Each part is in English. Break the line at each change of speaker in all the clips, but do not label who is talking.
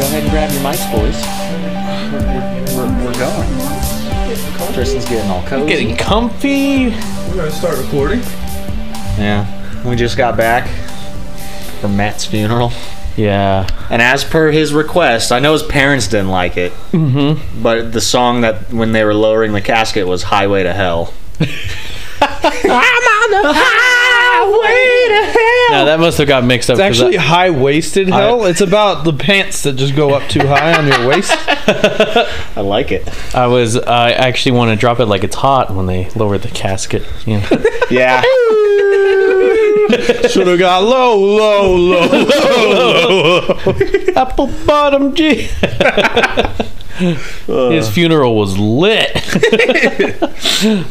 ahead and grab your mics, boys. We're, we're, we're going. Tristan's getting all cozy.
Getting comfy.
We're gonna start recording.
yeah, we just got back from Matt's funeral,
Yeah.
and as per his request, I know his parents didn't like it, mm-hmm. but the song that when they were lowering the casket was "Highway to Hell."
I'm on the highway to hell. No, that must have got mixed up.
It's
'cause
actually
I-
high waisted hell. it's about the pants that just go up too high on your waist.
I like it.
I, was. I actually want to drop it like it's hot when they lowered the casket. You know?
Yeah,
Should have got low, low, low.
Apple bottom G. His funeral was lit.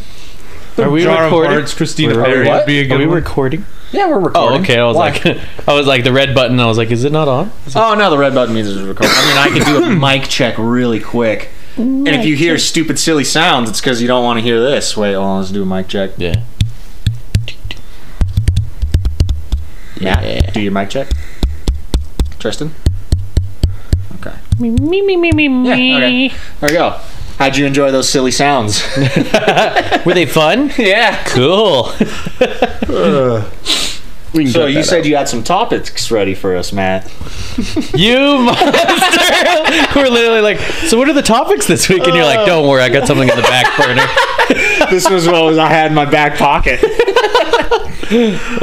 Are we
Jar of
recording?
Hearts, Christina
Wait,
Perry
what?
would be a
Are
good
we
one.
recording?
yeah, we're recording.
Oh, okay. I was
Why?
like, I was like the red button. I was like, is it not on?
Oh no, the red button means it's recording. I mean, I could do a mic check really quick. And if you hear stupid, silly sounds, it's because you don't want to hear this. Wait, hold on, let's do a mic check.
Yeah.
Yeah. Do your mic check. Tristan? Okay.
Me me me me me
Yeah,
me.
okay. There we go. How'd you enjoy those silly sounds?
Were they fun?
yeah.
Cool.
We can
So
cut
you
that
said you had some topics ready for us, Matt.
you monster. We're literally like, so what are the topics this week? And you're like, don't worry, I got something in the back burner.
this was what was I had in my back pocket.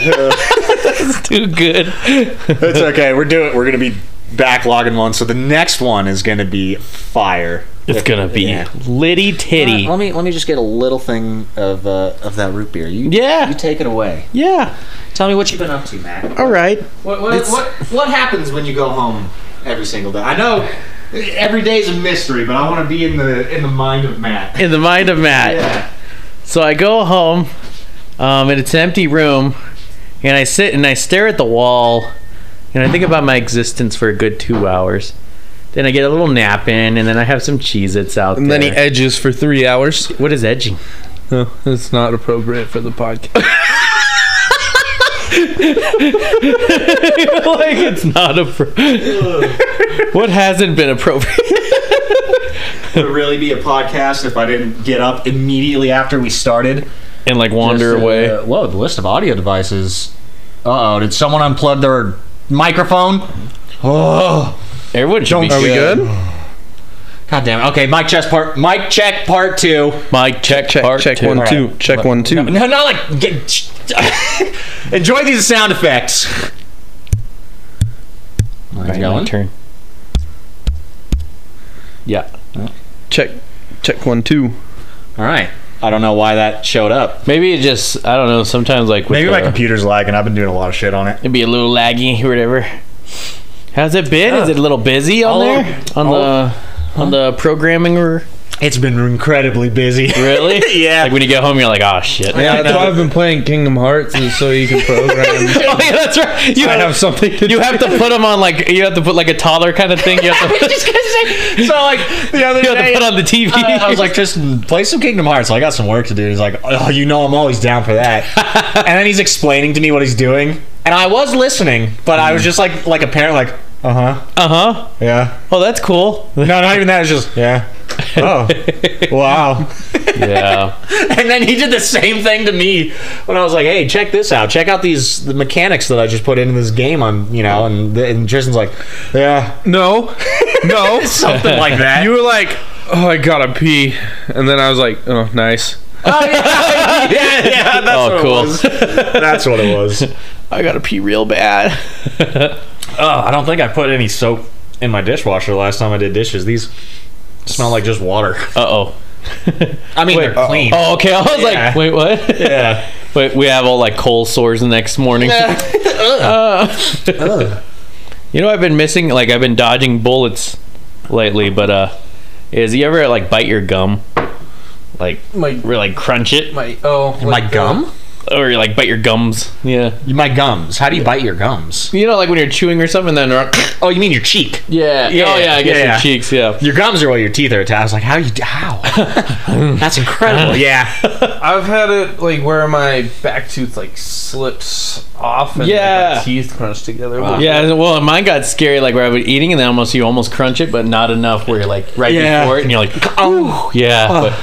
It's too good.
It's okay. We're doing. We're gonna be backlogging one. So the next one is gonna be fire.
It's gonna be
Yeah.
litty titty.
Let me let me just get a little thing of uh, of that root beer. You
Yeah.
You take it away.
Yeah.
Tell me what you've been up to, Matt.
All right.
What what, what what happens when you go home every single day? I know every day is a mystery, but I want to be in the in the mind of Matt.
In the mind of Matt.
Yeah.
So I go home, um, and it's an empty room, and I sit and I stare at the wall, and I think about my existence for a good two hours. Then I get a little nap in, and then I have some Cheez-Its out
And
there.
then he edges for three hours.
what is edging?
No, it's not appropriate for the podcast.
like it's not appropriate. what hasn't been appropriate?
It would really be a podcast if I didn't get up immediately after we started.
And like wander
Just, uh,
away.
whoa, the list of audio devices. Uh oh, did someone unplug their microphone? Oh,
Everyone should be
Are we good?
god damn it. Okay, mic check part. Mic check part two.
Mike, check,
Check,
part
check
two.
one, two.
Alright.
Check one, two.
No, not like. Get, enjoy these sound effects. Mine's
Alright, my turn. Yeah.
Check, check one, two.
All right. I don't know why that showed up.
Maybe it just, I don't know, sometimes like with
Maybe my
the-
computer's lagging. I've been doing a lot of shit on it.
It'd be a little laggy or whatever. How's it been? Is it a little busy on
All-
there? On the on the programming or
It's been incredibly busy.
really?
Yeah.
Like when you get home you're like, oh shit.
Yeah,
I
that's
know.
why I've been playing Kingdom Hearts is so you can program.
Oh, yeah, that's right. You
I
have,
have something to
you have to put them on like you have to put like a toddler kind of thing. You have to,
so like the other
you have to
day, uh,
put on the TV.
I- I was like, Tristan, play some Kingdom Hearts. I got some work to do. He's like, oh, you know, I'm always down for that. and then he's explaining to me what he's doing, and I was listening, but I was just like, like a parent, like, uh huh,
uh huh.
yeah.
Oh, that's cool.
No, not even that. It's just, yeah. Oh, wow.
Yeah.
And then he did the same thing to me when I was like, "Hey, check this out. Check out these the mechanics that I just put into this game." I'm, you know, and the, and Tristan's like, "Yeah,
No, no.
something like that."
You were like, oh, I gotta pee. And then I was like, oh, nice.
yeah, yeah, that's
Oh,
what
cool.
it was. That's what it was.
I gotta pee real bad.
Oh, I don't think I put any soap in my dishwasher the last time I did dishes. These smell like just water.
Uh oh.
I mean,
Wait,
they're clean.
Oh, okay. I was
Yeah.
like, wait, what?
Yeah.
Wait, we have all like cold sores the next morning.
Oh,
You know, I've been missing, like, I've been dodging bullets lately, but, uh, is you ever, like, bite your gum? Like,
My,
really crunch it?
my, oh,
My gum?
or you, like bite your gums. Yeah.
My gums. How do you bite your gums?
You know, like when you're chewing or something, then yeah,
Oh, you mean your cheek?
yeah, oh yeah, I guess
yeah,
your
yeah.
cheeks, yeah.
Your gums are what your teeth are attached. I was like, how you? How? That's incredible. yeah.
I've had it like where my back tooth like slips off and
Yeah.
like, my teeth crunch together.
Yeah, well, mine got scary, like where I was eating, and then almost you almost crunch it, but not enough where you're like right
Yeah.
before it, and you're like,
Oh.
yeah, but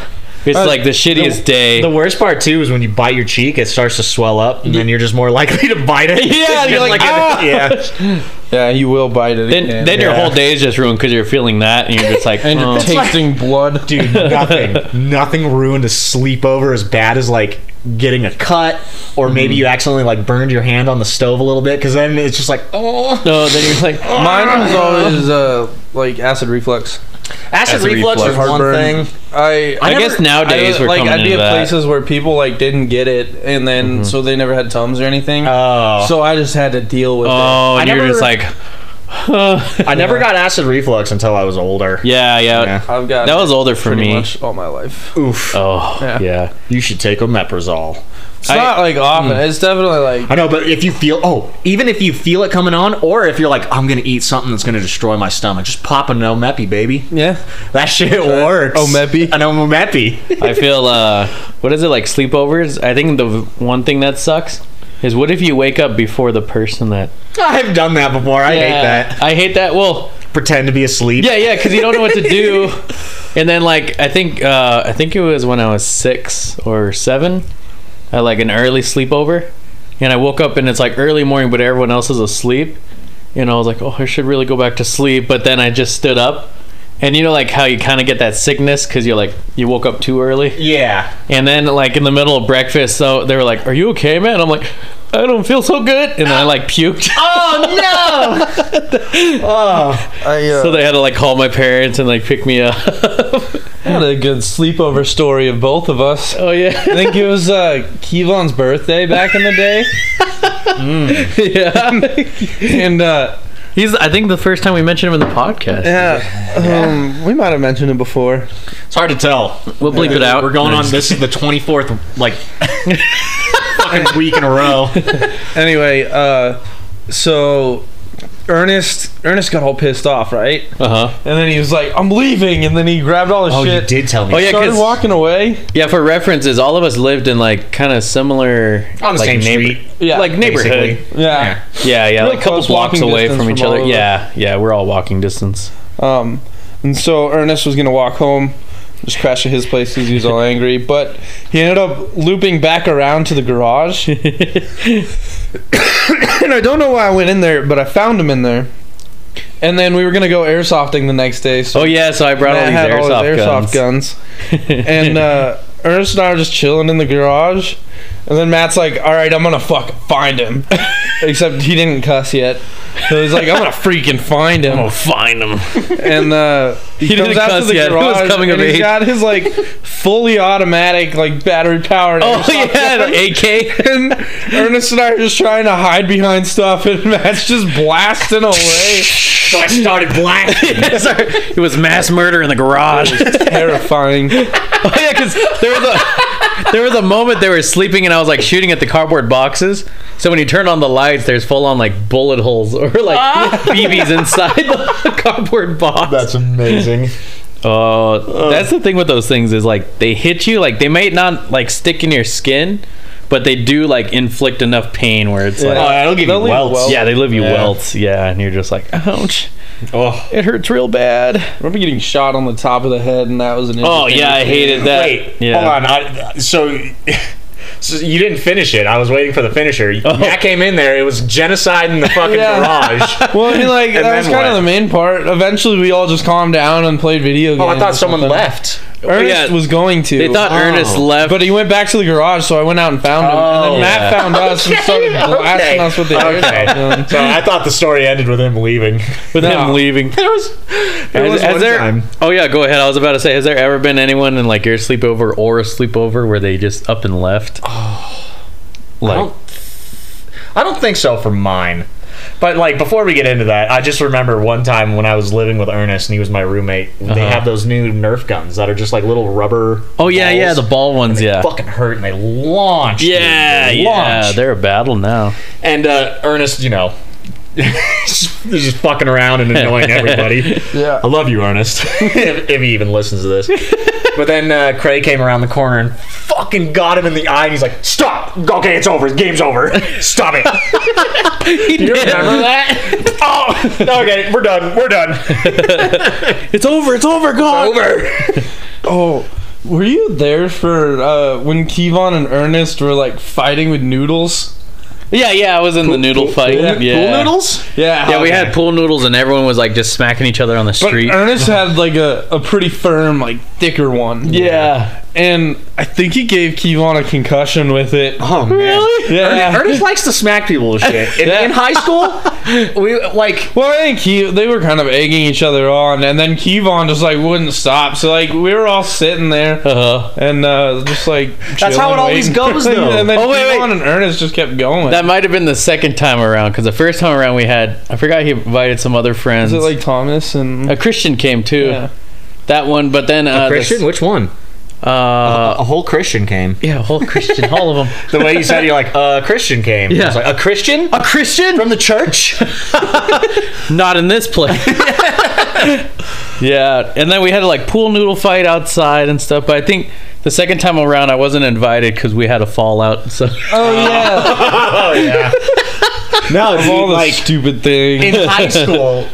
it's like the shittiest day.
The worst part too is when you bite your cheek, it starts to swell up, and then you're just more likely to bite it.
Yeah, you're
Just
like, "Ah!"
yeah.
Yeah, you will bite it.
then
again.
then your
Yeah.
whole day is just ruined because you're feeling that, and you're just like,
and
oh.
you're tasting blood,
dude nothing nothing ruined a sleepover as bad as like getting a cut or maybe you accidentally like burned your hand on the stove a little bit because then it's just like oh
no, then you're like,
Mine was
Ah.
always uh, like acid reflux.
acid,
Acid
reflux,
reflux.
is one
Heartburn.
thing
I
I, guess
never-
nowadays
I,
we're
like
coming
I'd be
into
at
that.
places where people like didn't get it, and then so they never had tums or anything.
oh
so I just had to deal with it.
oh, and
I
you're just
never-
like, huh.
i never got acid reflux until i was older
yeah, yeah,
Yeah.
I've got
That was older for
pretty
me.
much all my life.
oof
Oh,
Yeah.
yeah.
you should take omeprazole
It's
I- Mm.
not like often. It's definitely like
i know but if you feel oh even if you feel it coming on or if you're like i'm gonna eat something that's gonna destroy my stomach just pop an omepi baby
yeah.
that shit works
Omepi?
an omepi
I feel uh what is it like sleepovers? I think the v- one thing that sucks is what if you wake up before the person that
i've done that before i hate that
I hate that. Well,
pretend to be asleep
yeah, yeah, cuz you don't know what to do. and then like I think uh I think it was when I was 6 or 7, I had, like an early sleepover and I woke up and it's like early morning but everyone else is asleep. And I was like, "Oh, I should really go back to sleep." But then I just stood up. And you know like how you kind of get that sickness cuz you're like you woke up too early?
yeah
And then, like in the middle of breakfast, so they were like, "Are you okay, man?" I'm like, "I don't feel so good," and I like puked.
Oh no! oh,
I, uh,
so they had to like call my parents and like pick me up.
What a good sleepover story of both of us.
oh yeah,
I think it was uh, Kevon's birthday back in the day,
yeah.
and uh,
He's. I think the first time we mentioned him in the podcast.
yeah, um, we might have mentioned it before.
it's hard to tell.
We'll bleep it out.
We're going on. This is the twenty fourth, like fucking week in a row.
Anyway, uh, so Ernest Ernest got all pissed off, right?
Uh huh.
And then he was like, "I'm leaving," and then he grabbed all his
Oh,
shit.
you did tell me.
Oh, yeah,
started
'cause-
walking away.
Yeah. For references, all of us lived in like kind of similar
On the
like,
same
neighbor-
street,
Yeah,
like neighborhood.
basically.
yeah.
Yeah, yeah.
Real
Like a couple
close
blocks
walking
away
distance
from each
from all
other.
of us.
Yeah, yeah. We're all walking distance.
Um, and so Ernest was gonna walk home, just crash at his place because he was all angry. But he ended up looping back around to the garage, and I don't know why I went in there, but I found him in there. And then we were gonna go airsofting the next day. So
Oh yeah. So I brought
Matt had all
all
his
these airsoft,
airsoft
guns.
guns. and uh, Ernest and I were just chilling in the garage. And then Matt's like, all right, I'm going to fuck find him. Except he didn't cuss yet. So he's like, I'm going to freaking find him.
I'm gonna find them.
And uh, he,
Oh. He
comes
didn't
out to
cuss
the
yet. He was
garage
coming of
and he's
age.
got his like fully automatic, like battery powered.
Oh yeah, the AK.
And Ernest and I are just trying to hide behind stuff, and Matt's just blasting away.
So I started blacking.
Sorry. It was mass murder in the garage.
Terrifying.
oh yeah, because there was a there was a moment they were sleeping and I was like shooting at the cardboard boxes. So when you turn on the lights, there's full on like bullet holes or like BBs inside the cardboard box.
amazing.
oh, that's the thing with those things is like they hit you like they may not like stick in your skin, but they do like inflict enough pain where it's
Oh,
like.
that'll give
They'll
you
leave
welts.
welts.
Yeah, they leave you
Yeah.
welts. Yeah, and you're just like, ouch,
Oh,
it hurts real bad.
I remember getting shot on the top of the head, and that was an.
Oh
interesting
yeah, I
experience.
hated that.
wait.
yeah.
Hold on. I, so. So you didn't finish it. I was waiting for the finisher.
Oh.
Matt came in there. It was genocide in the fucking
Yeah.
garage.
Well, I mean, like
And
that
then
was kind
what?
of the main part. Eventually, we all just calmed down and played video games.
Oh, I
or
thought someone
something.
left.
Ernest
Yeah.
was going to. Uh,
They thought
Oh.
Ernest left.
but he went back to the garage, so I went out and found him. And
Oh.
then Matt
Yeah.
found us and started blasting
Okay.
us with the
Okay.
airsoft gun.
So I thought the story ended with him leaving.
with
No.
him leaving.
There was, there was one
there,
time.
Oh yeah, go ahead. I was about to say, has there ever been anyone in like your sleepover or a sleepover where they just up and left?
I
like
don't, I don't think so for mine. But like before we get into that, I just remember one time when I was living with Ernest and he was my roommate. They have those new Nerf guns that are just like little rubber.
Uh-huh. Oh yeah,
balls.
yeah, the ball ones,
They
yeah.
fucking hurt and they launch. dude.
Yeah,
They
yeah,
launch.
they're a battle now.
And uh, Ernest, you know, just just fucking around and annoying everybody.
Yeah.
I love you, Ernest. if, if he even listens to this. But then uh, Craig came around the corner and fucking got him in the eye, and he's like, "Stop! Okay, it's over. Game's over. Stop it." Do you remember that? oh, okay. We're done. We're done.
It's over, it's over, God.
Over.
Oh, were you there for uh, when Kevon and Ernest were like fighting with noodles?
Yeah, yeah, I was in the noodle fight.
pool-
yeah.
Pool noodles.
Yeah.
Yeah, we had pool noodles and everyone was like just smacking each other on the
But uh,
street.
Ernest had like a, a pretty firm, like thicker one.
yeah.
And I think he gave Kevon a concussion with it.
Oh man. Really?
Yeah.
Ernest, Ernest likes to smack people with shit. In, in high school, we like
Well, I think he, they were kind of egging each other on, and then Kevon just like wouldn't stop. So like we were all sitting there,
Uh-huh.
and uh, just like
That's how it
chilling,
always
waiting.
goes, though.
and then
Oh, wait,
Kevon
wait.
and Ernest just kept going.
That might have been the second time around because the first time around we had, I forgot he invited some other friends.
Is it like Thomas and
a Christian came too.
Yeah.
That one, but then uh, this-
Which one?
uh,
a whole Christian came.
yeah, whole Christian, all of them.
The way you said it, you're like, a Christian came.
Yeah.
It's like, a Christian?
A Christian?
From the church?
Not in this place. yeah, and then we had a like pool noodle fight outside and stuff. But I think the second time around, I wasn't invited because we had a fallout. So
Oh yeah,
oh, yeah. no, dude,
all the
like,
stupid things.
in high school,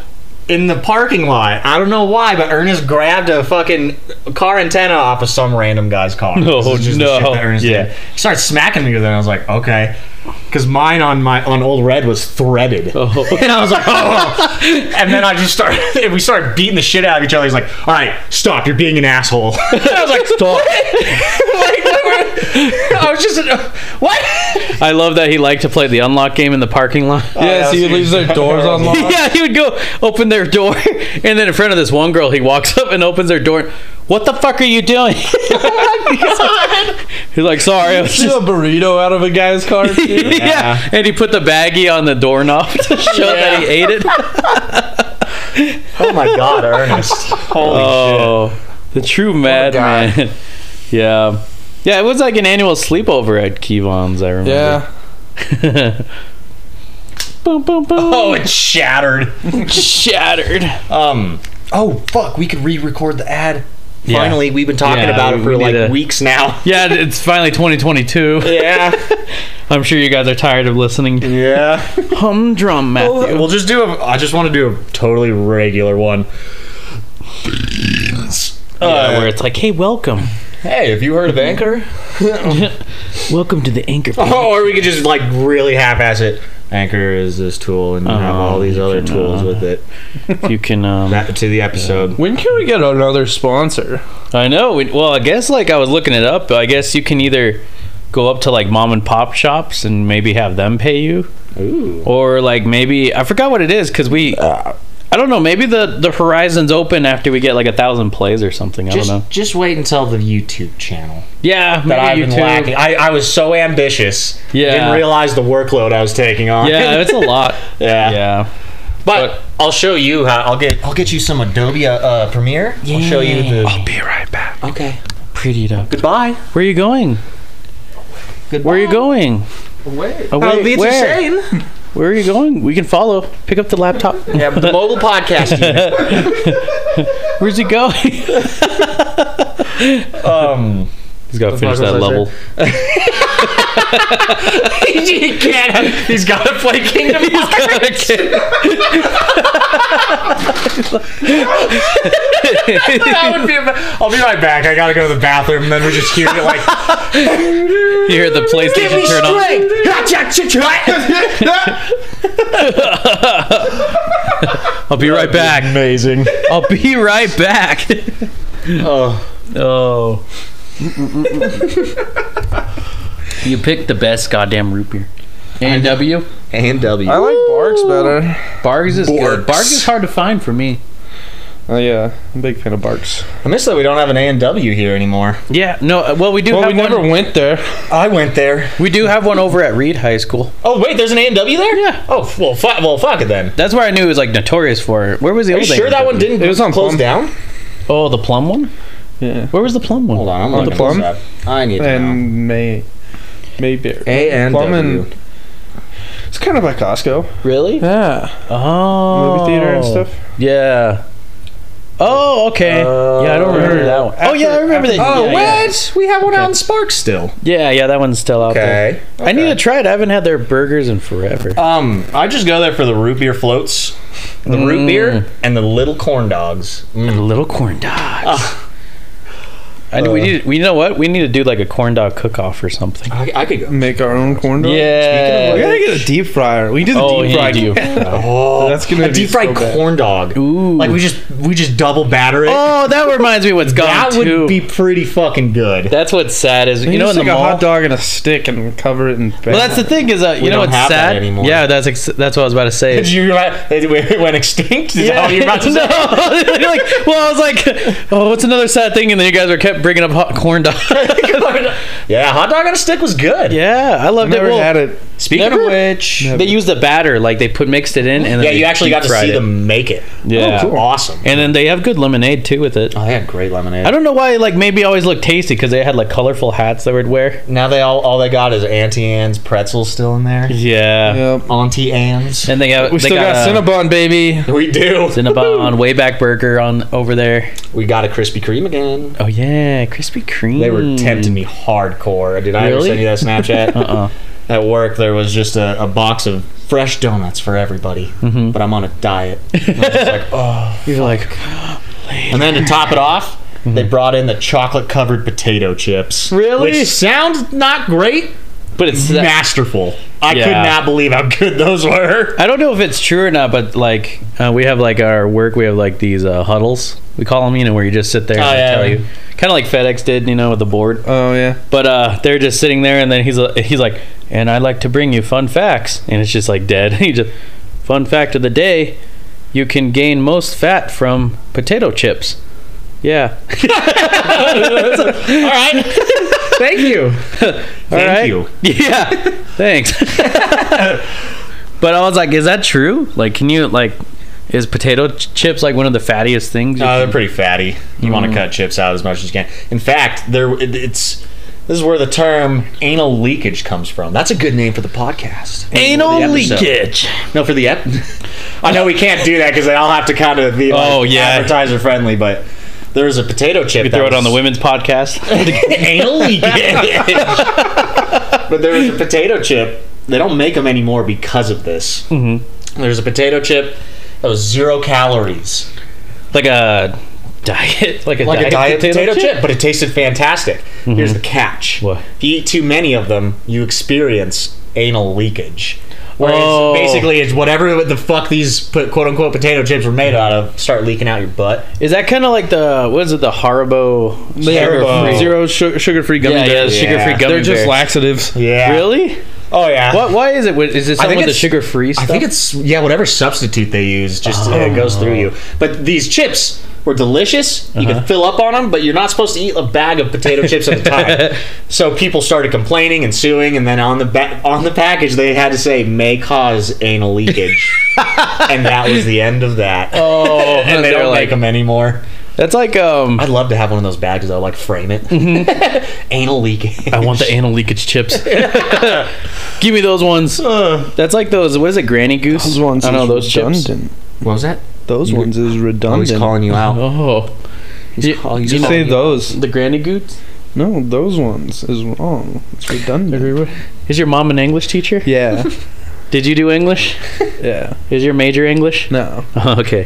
in the parking lot, I don't know why, but Ernest grabbed a fucking car antenna off of some random guy's car.
No,
This is just the
no.
shit that Ernest
Yeah.
did. He started smacking me with it, and I was like, okay. Because mine on my on old red was threaded. And I was like, oh. and then I just started, and we started beating the shit out of each other. He's like, all right, stop, you're being an asshole. I was like,
Stop.
Like, what were- I was just, what?
I love that he liked to play the unlock game in the parking lot.
yeah,
yeah,
so he
so
leaves
you-
their doors unlocked.
yeah, he would go open their door, and then in front of this one girl, he walks up and opens their door. What the fuck are you doing? He's like, sorry. I was
Steal
just...
a burrito out of a guy's car.
yeah.
Too.
and he put the baggie on the doorknob to show that he ate it.
Oh my god, Ernest. Holy
Oh, the true madman. yeah, yeah. It was like an annual sleepover at Kevon's. I remember.
yeah.
boom, boom, boom.
Oh, it shattered.
shattered.
Um. Oh fuck, we could re-record the ad.
Yeah.
Finally, we've been talking
Yeah,
about
we-
it for
we
like
need to-
weeks now.
Yeah, it's finally 2022.
Yeah.
I'm sure you guys are tired of listening to
Yeah.
humdrum Matthew.
we'll just do a. I just want to do a totally regular one.
Yeah, uh, where it's like, hey, welcome.
Hey, have you heard of Anchor?
Welcome to the anchor.
Oh, or we could just like really half-ass it. Oh, Anchor is this tool, and you have all these other tools with it.
You can. Um,
That to the episode.
When can we get another sponsor?
I know. we- Well, I guess like I was looking it up. I guess you can either go up to like mom and pop shops and maybe have them pay you,
Ooh.
or like maybe I forgot what it is because we.
Uh,
I don't know. Maybe the the horizon's open after we get like a thousand plays or something. I don't know.
Just, just wait until the YouTube channel
Yeah,
that I've
maybe
been
YouTube.
lacking. I, I was so ambitious.
Yeah.
Didn't realize the workload I was taking on.
Yeah, it's a lot.
yeah.
yeah.
But I'll show you how. I'll get. I'll get you some Adobe uh, uh, Premiere. I'll show you the.
be right back.
okay.
Pretty it up.
Goodbye.
Where are you going?
Goodbye.
Where are you going?
Wait.
Oh, wait, where?
insane.
Where are you going? We can follow. Pick up the laptop.
Yeah, but the mobile podcast. unit.
Where's he going? He's
Um,
got to finish
fuck
that
was I
level.
he can't. He's got to play Kingdom Hearts. that would be. ama- I'll be right back. I gotta go to the bathroom, and then we're just hearing it like.
you hear the PlayStation turn on. I'll be right back.
Amazing.
I'll be right back.
Oh.
oh. you picked the best goddamn root beer. And W.
And W.
I like Barks better.
Bargs is
Borks.
good. Bargs is hard to find for me.
Oh yeah, I'm a big fan of Barks.
I miss that we don't have an A and W here anymore.
Yeah, no. uh, Well, we do.
Well,
have
we never
one,
went there.
I went there.
We do have one over at Reed High School.
Oh wait, there's an A and W there.
Yeah.
Oh well, fu- well, fuck it then.
That's where I knew it was like notorious for. Where was the
Are
old
you sure that
A&W?
one didn't?
It was on
close
Plum.
down.
Oh, the plum one.
Yeah.
Where was the plum one?
Hold on, I'm
On
looking
the
at
Plum?
this up. I need to know.
And May, Mayberry.
A and
Plum
W.
and- It's kind of like Costco.
Really?
Yeah.
Oh,
Movie theater and stuff.
Yeah. Oh, okay. yeah, I don't remember
yeah.
that one. oh,
After-
yeah, I remember
after-
that.
Oh
yeah, yeah.
what? We have one out in Sparks still.
Yeah, yeah, that one's still out there. I need to try it. I haven't had their burgers in forever.
Um, I just go there for the root beer floats, the root beer, and the little corn dogs. Mm.
Little corn dogs. I know we need. We you know what? We need to do like a corn dog cook-off or something.
I, I could go.
Make our own corn dogs.
Yeah.
We gotta get a deep fryer. We can do the
Oh,
deep
yeah,
fryer.
you.
Oh,
That's gonna
a
be
deep fried
so bad.
corn dog.
Ooh.
Like we just we just double batter it.
oh, that reminds me. What's gone
that would
too.
be pretty fucking good.
That's what's sad is you
You
know in
just
the
take a
mall.
hot dog and a stick and cover it in.
Well, that's the thing is uh, you know
don't
what's
have that
sad.
anymore.
Yeah, that's ex- that's what I was about to say.
Did you it went extinct? Is that what you're about to
no.
say?
You're like, well, I was like, oh, what's another sad thing? And then you guys were kept bringing up hot corn dog.
yeah, hot dog on a stick was good.
yeah, I loved
never
it. Well,
had it.
Speaking
Never-
of which,
They used the batter, like they put mixed it in, and then
yeah,
they
you actually got to
deep-fried
see
it.
them make it.
Yeah.
Oh, cool. awesome.
And then they have good lemonade too with it.
Oh, they had great lemonade.
I don't know why, like maybe always looked tasty because they had like colorful hats they would wear.
now they all all they got is Auntie Anne's pretzels still in there.
Yeah.
Yep.
Auntie Anne's.
And they got
We
they
still got,
uh,
Cinnabon, baby.
We do.
Cinnabon, Wayback Burger on over there.
We got a Krispy Kreme again.
Oh yeah, Krispy Kreme.
They were tempting me hardcore. Did I ever
Hmm. Really?
send you that Snapchat?
Uh-uh.
At work, there was just a, a box of fresh donuts for everybody,
Mm-hmm.
but I'm on a diet. And I was just like, oh.
You're like,
And then to top it off, they brought in the chocolate covered potato chips.
Mm-hmm. Really?
Which sounds not great,
but it's
masterful. I could
Yeah.
not believe how good those were.
I don't know if it's true or not, but like uh, we have like our work, we have like these uh, huddles. We call them, you know, where you just sit there and
Oh,
they
yeah.
tell you, kind of like FedEx did, you know, with the board.
Oh yeah.
But uh, they're just sitting there, and then he's uh, he's like, "And I'd like to bring you fun facts," and it's just like dead. he just, "Fun fact of the day: you can gain most fat from potato chips." Yeah.
All right. Thank you. Thank
right.
you.
Yeah. Thanks. but I was like, "Is that true? Like, can you like?" Is potato ch- chips like one of the fattiest things? you
No,
can-
they're pretty fatty. You
Mm-hmm.
want to cut chips out as much as you can. In fact, there it- it's this is where the term anal leakage comes from. That's a good name for the podcast.
Anal
For the episode.
leakage.
No, for the ep. I know we can't do that because they all have to kind of be like
Oh, yeah.
advertiser friendly, but there was a potato chip.
We
that
throw it
was-
on the women's podcast.
anal leakage. but there was a potato chip. They don't make them anymore because of this. Mm-hmm. There's a potato chip that was zero calories.
like a diet, like a
like
diet,
a diet potato, chip? Mm-hmm. but it tasted fantastic. Here's the catch:
What?
if you eat too many of them, you experience anal leakage. Where
Oh.
it's basically it's whatever the fuck these put, quote unquote potato chips were made out of start leaking out your butt.
Is that kind of like the what is it? The Haribo,
Haribo.
Zero su- sugar-free gummy
yeah, yeah,
bears.
the sugar-free
Yeah.
gummy
They're just
bear.
laxatives.
Yeah.
Really?
Oh yeah.
What? Why is it? What- Is it something
think
with the
it's-
sugar-free
I
stuff?
think it's yeah, whatever substitute they use, just uh, goes through you. But these chips were delicious. You
Uh-huh.
could fill up on them, but you're not supposed to eat a bag of potato chips at a time. So people started complaining and suing, and then on the ba- on the package they had to say may cause anal leakage, and that was the end of that.
oh,
and they
they're
don't 'em make
like,
them anymore.
That's like um.
I'd love to have one of those badges though, like frame it.
Mm-hmm.
anal leakage.
I want the anal leakage chips. Give me those ones. That's like those. What is it? Granny Goose.
Those ones.
I know
is
those chips.
redundant.
What was that?
Those ones is
Oh, he's
redundant.
calling you out.
Oh, you,
he's
you know-
Say those.
the Granny Goose.
No, those ones is wrong. It's redundant.
Is your mom an English teacher?
Yeah.
Did you do English?
Yeah.
Is your major English?
No.
okay.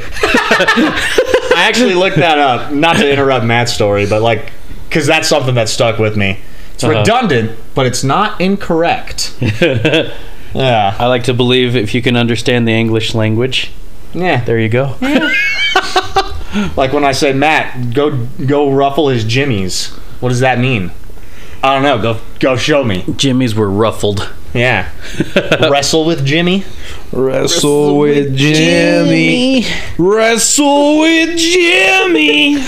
I actually looked that up. Not to interrupt Matt's story, but like, because that's something that stuck with me. It's
Uh-huh.
redundant, but it's not incorrect. yeah.
I like to believe if you can understand the English language,
Yeah.
there you go.
Like when I say Matt, go go ruffle his jimmies. What does that mean? I don't know. Go go show me.
Jimmy's were ruffled.
Yeah. Wrestle with Jimmy.
Wrestle with Jimmy. Wrestle with Jimmy.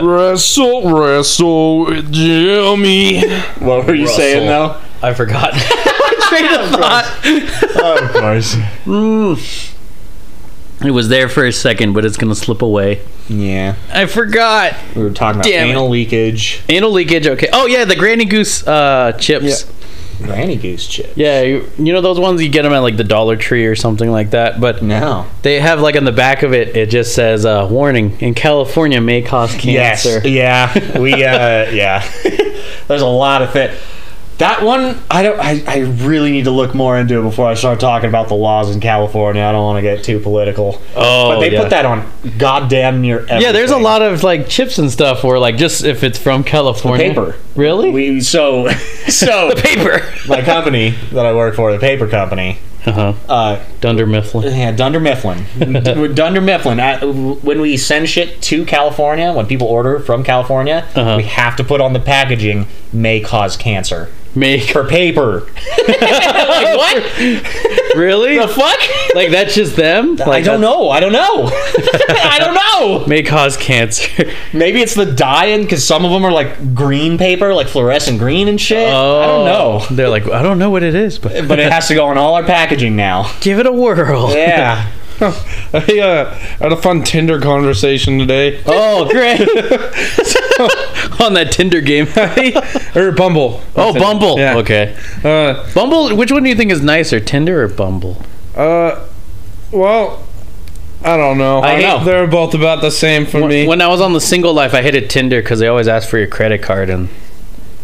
wrestle, wrestle with Jimmy.
What were you saying
Wrestle.
though?
I forgot.
Of course.
it was there for a second, but it's gonna slip away.
yeah.
I forgot.
We were talking about
Damn it.
anal leakage.
Anal leakage. Okay. Oh yeah, the Granny Goose uh, chips.
Granny Goose chip.
Yeah, you, you know those ones you get them at like the Dollar Tree or something like that. But
No.
they have like on the back of it, it just says uh, warning: in California may cause
Yes.
cancer.
Yeah. We. Uh, yeah. There's a lot of it. That one, I don't. I, I really need to look more into it before I start talking about the laws in California. I don't want to get too political.
Oh,
but they
yeah.
put that on goddamn near. Everything.
Yeah, there's a lot of like chips and stuff where like just if it's from California.
paper.
Really?
We so so
paper.
my company that I work for, the paper company.
Uh huh.
Uh,
Dunder Mifflin.
yeah, Dunder Mifflin. Dunder Mifflin. I, when we send shit to California, when people order from California,
Uh-huh.
we have to put on the packaging may cause cancer
Make
for paper.
really? the fuck? Like that's just them?
I
Like,
don't
that's-
know. I don't know. I don't know.
May cause cancer.
Maybe it's the dye-in because some of them are like green paper, like fluorescent green and shit. I don't know.
Oh. They're like, I don't know what it is, but
But it has to go on all our packaging now.
give it a whirl.
Yeah.
I uh, had a fun Tinder conversation today.
Oh, great. On that Tinder game.
Or Oh. Bumble.
oh, Bumble.
Yeah.
Okay.
Uh,
Bumble, which one do you think is nicer, Tinder or Bumble?
uh, well, I don't know.
I know.
They're both about the same for me.
When I was on the single life, I hated Tinder because they always asked for your credit card, and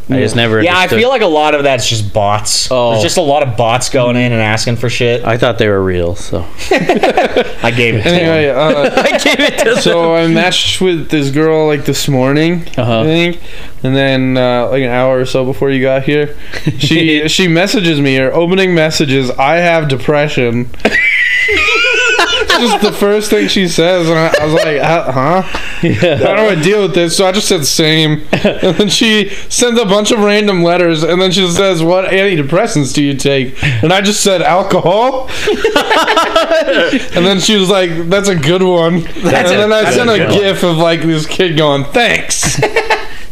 I just never.
Yeah, I
understood.
feel like a lot of that's just bots.
Oh.
There's just a lot of bots going in and asking for shit.
I thought they were real, so
I gave it to him.
anyway, uh,
I gave it to
so I matched with this girl like this morning,
Uh-huh.
I think, and then uh, like an hour or so before you got here, she she messages me. Her opening messages, I have depression. just the first thing she says, and I, I was like, "Uh, huh? How do I deal with this? So I just said same, and then she sends a bunch of random letters, and then she says, "What antidepressants do you take?" And I just said alcohol. And then she was like, "That's a good one."
That's
and
a-
then I
that's
sent
a
a,
good one.
gif of like this kid going, "Thanks."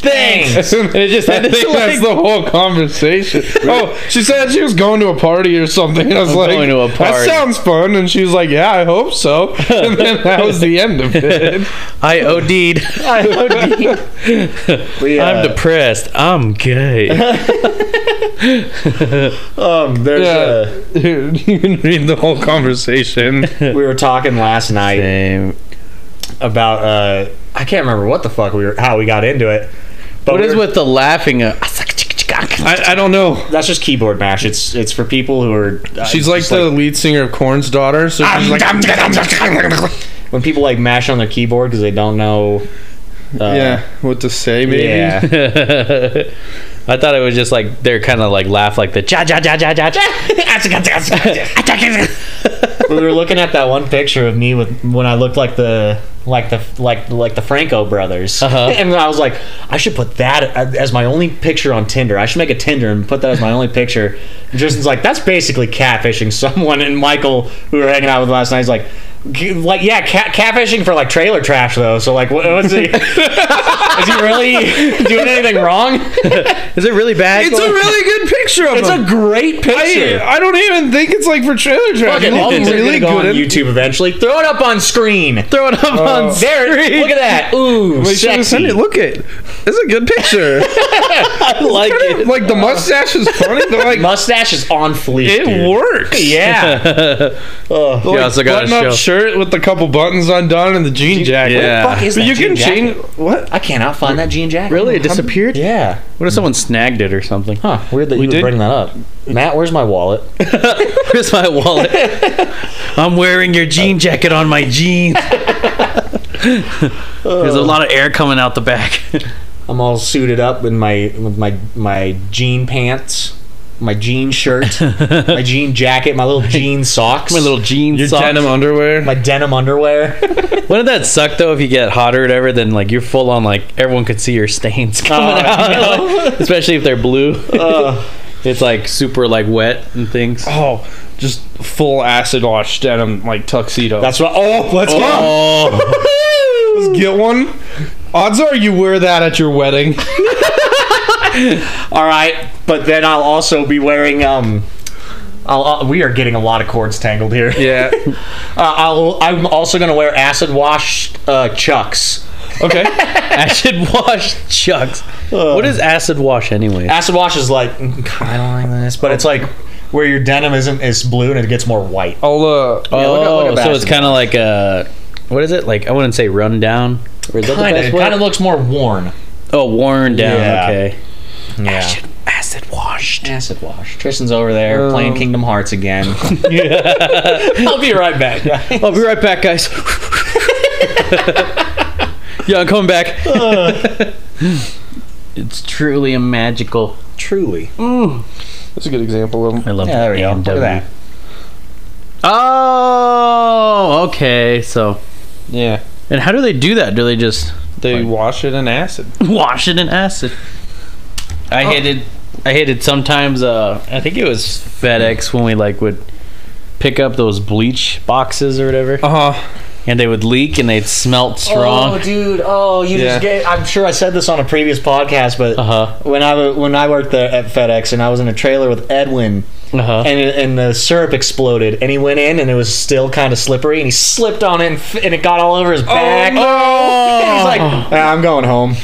Thanks.
and
it just
I
had this,
think
like-
that's the whole conversation. oh, she said she was going to a party or something. I was like,
going to a
That
party."
sounds fun." And she was like, "Yeah, I hope so." And then that was the end of it.
I OD'd. I OD'd.
We, uh,
I'm depressed. I'm gay.
um, there's uh,
Yeah, Dude, you can read the whole conversation.
we were talking last night
Same.
about uh, I can't remember what the fuck we were how we got into it. But
What
we
is
were-
with the laughing? uh,
I, I don't know.
that's just keyboard mash. It's it's for people who are uh,
She's like
just
the lead singer of Korn's daughter, so she's like,
when people like mash on their keyboard because they don't know. Uh,
yeah, what to say, maybe.
Yeah.
I thought it was just like they're kind of like laugh like the cha cha cha cha cha cha.
we were looking at that one picture of me with when I looked like the like the like like the Franco brothers,
Uh-huh.
and I was like, I should put that as my only picture on Tinder. I should make a Tinder and put that as my only picture. And Justin's like, that's basically catfishing someone. And Michael, who we were hanging out with last night, is like. "G- Like yeah, cat, catfishing for like trailer trash though. So like, what, what's he? is he really doing anything wrong?
Is it really bad?
It's a really good picture of
It's
him.
a great
I,
picture.
I don't even think it's like for trailer trash.
Fucking
It's
all these are
really
gonna go
good.
on YouTube eventually. Throw it up on screen.
throw it up on screen.
There, it- look at that. Ooh,
Wait, should I
sexy.
send it? Look it. It's a good picture.
I like it.
like the mustache is funny, but like
Mustache is on fleek.
it
dude.
works.
Yeah.
The,
You also got a show.
button-up shirt with a couple buttons undone and the jean jacket.
Yeah.
fuck is
But
that
you
jean
can change
jacket?
what?
I cannot find that jean jacket.
Really, it disappeared.
Yeah.
What if someone snagged it or something?
Huh. Weird that you would
did-
bring that up. Matt, where's my wallet?
Where's my wallet? I'm wearing your jean jacket on my jeans. There's a lot of air coming out the back.
I'm all suited up in my with my my jean pants, my jean shirt, my jean jacket, my little jean socks,
my little jeans.
Your denim underwear.
my denim underwear.
Wouldn't that suck though if you get hot or whatever? Then like you're full on like everyone could see your stains coming
Oh,
out, especially if they're blue.
Ugh.
It's like super like wet and things.
Oh, just full acid wash denim like tuxedo.
That's what. Oh, let's go.
Oh,
Let's get one. Odds are you wear that at your wedding.
All right, but then I'll also be wearing. Um, I'll, uh, we are getting a lot of cords tangled here.
Yeah.
Uh, I'll, I'm also gonna wear acid wash uh, chucks.
Okay.
acid wash chucks. what is acid wash anyway?
Acid wash is like kind of like this, but it's like where your denim isn't is blue and it gets more white.
I'll uh.
oh,
look up- look up
so it's
acid
kind of like a what is it? Like I wouldn't say run down. Or is that the
Kind of,
best
it
word?
kind of looks more worn.
Oh, worn down.
Yeah.
Okay.
Yeah. Acid, washed. Acid washed. Tristan's over
Oh.
there playing Kingdom Hearts again. I'll be right back. guys.
I'll be right back, guys. yeah, I'm coming back. it's truly a magical.
Truly.
That's a good example of.
I love
Yeah, there we go. Look at that.
Oh, okay. So,
Yeah.
and how do they do that? Do they just
They wash it in acid.
wash it in acid? I hated. I hated sometimes. Uh, I think it was FedEx when we like would pick up those bleach boxes or whatever,
Uh huh.
and they would leak and they'd smelt strong.
Oh, dude. Oh, you
Yeah.
just get. I'm sure I said this on a previous podcast, but
Uh
when I wa- when I worked there at FedEx and I was in a trailer with Edwin.
huh. Uh huh.
And, it- and the syrup exploded, and he went in, and it was still kind of slippery, and he slipped on it, and, f- and it got all over his back.
Oh,
He's like, "Ah, I'm going home.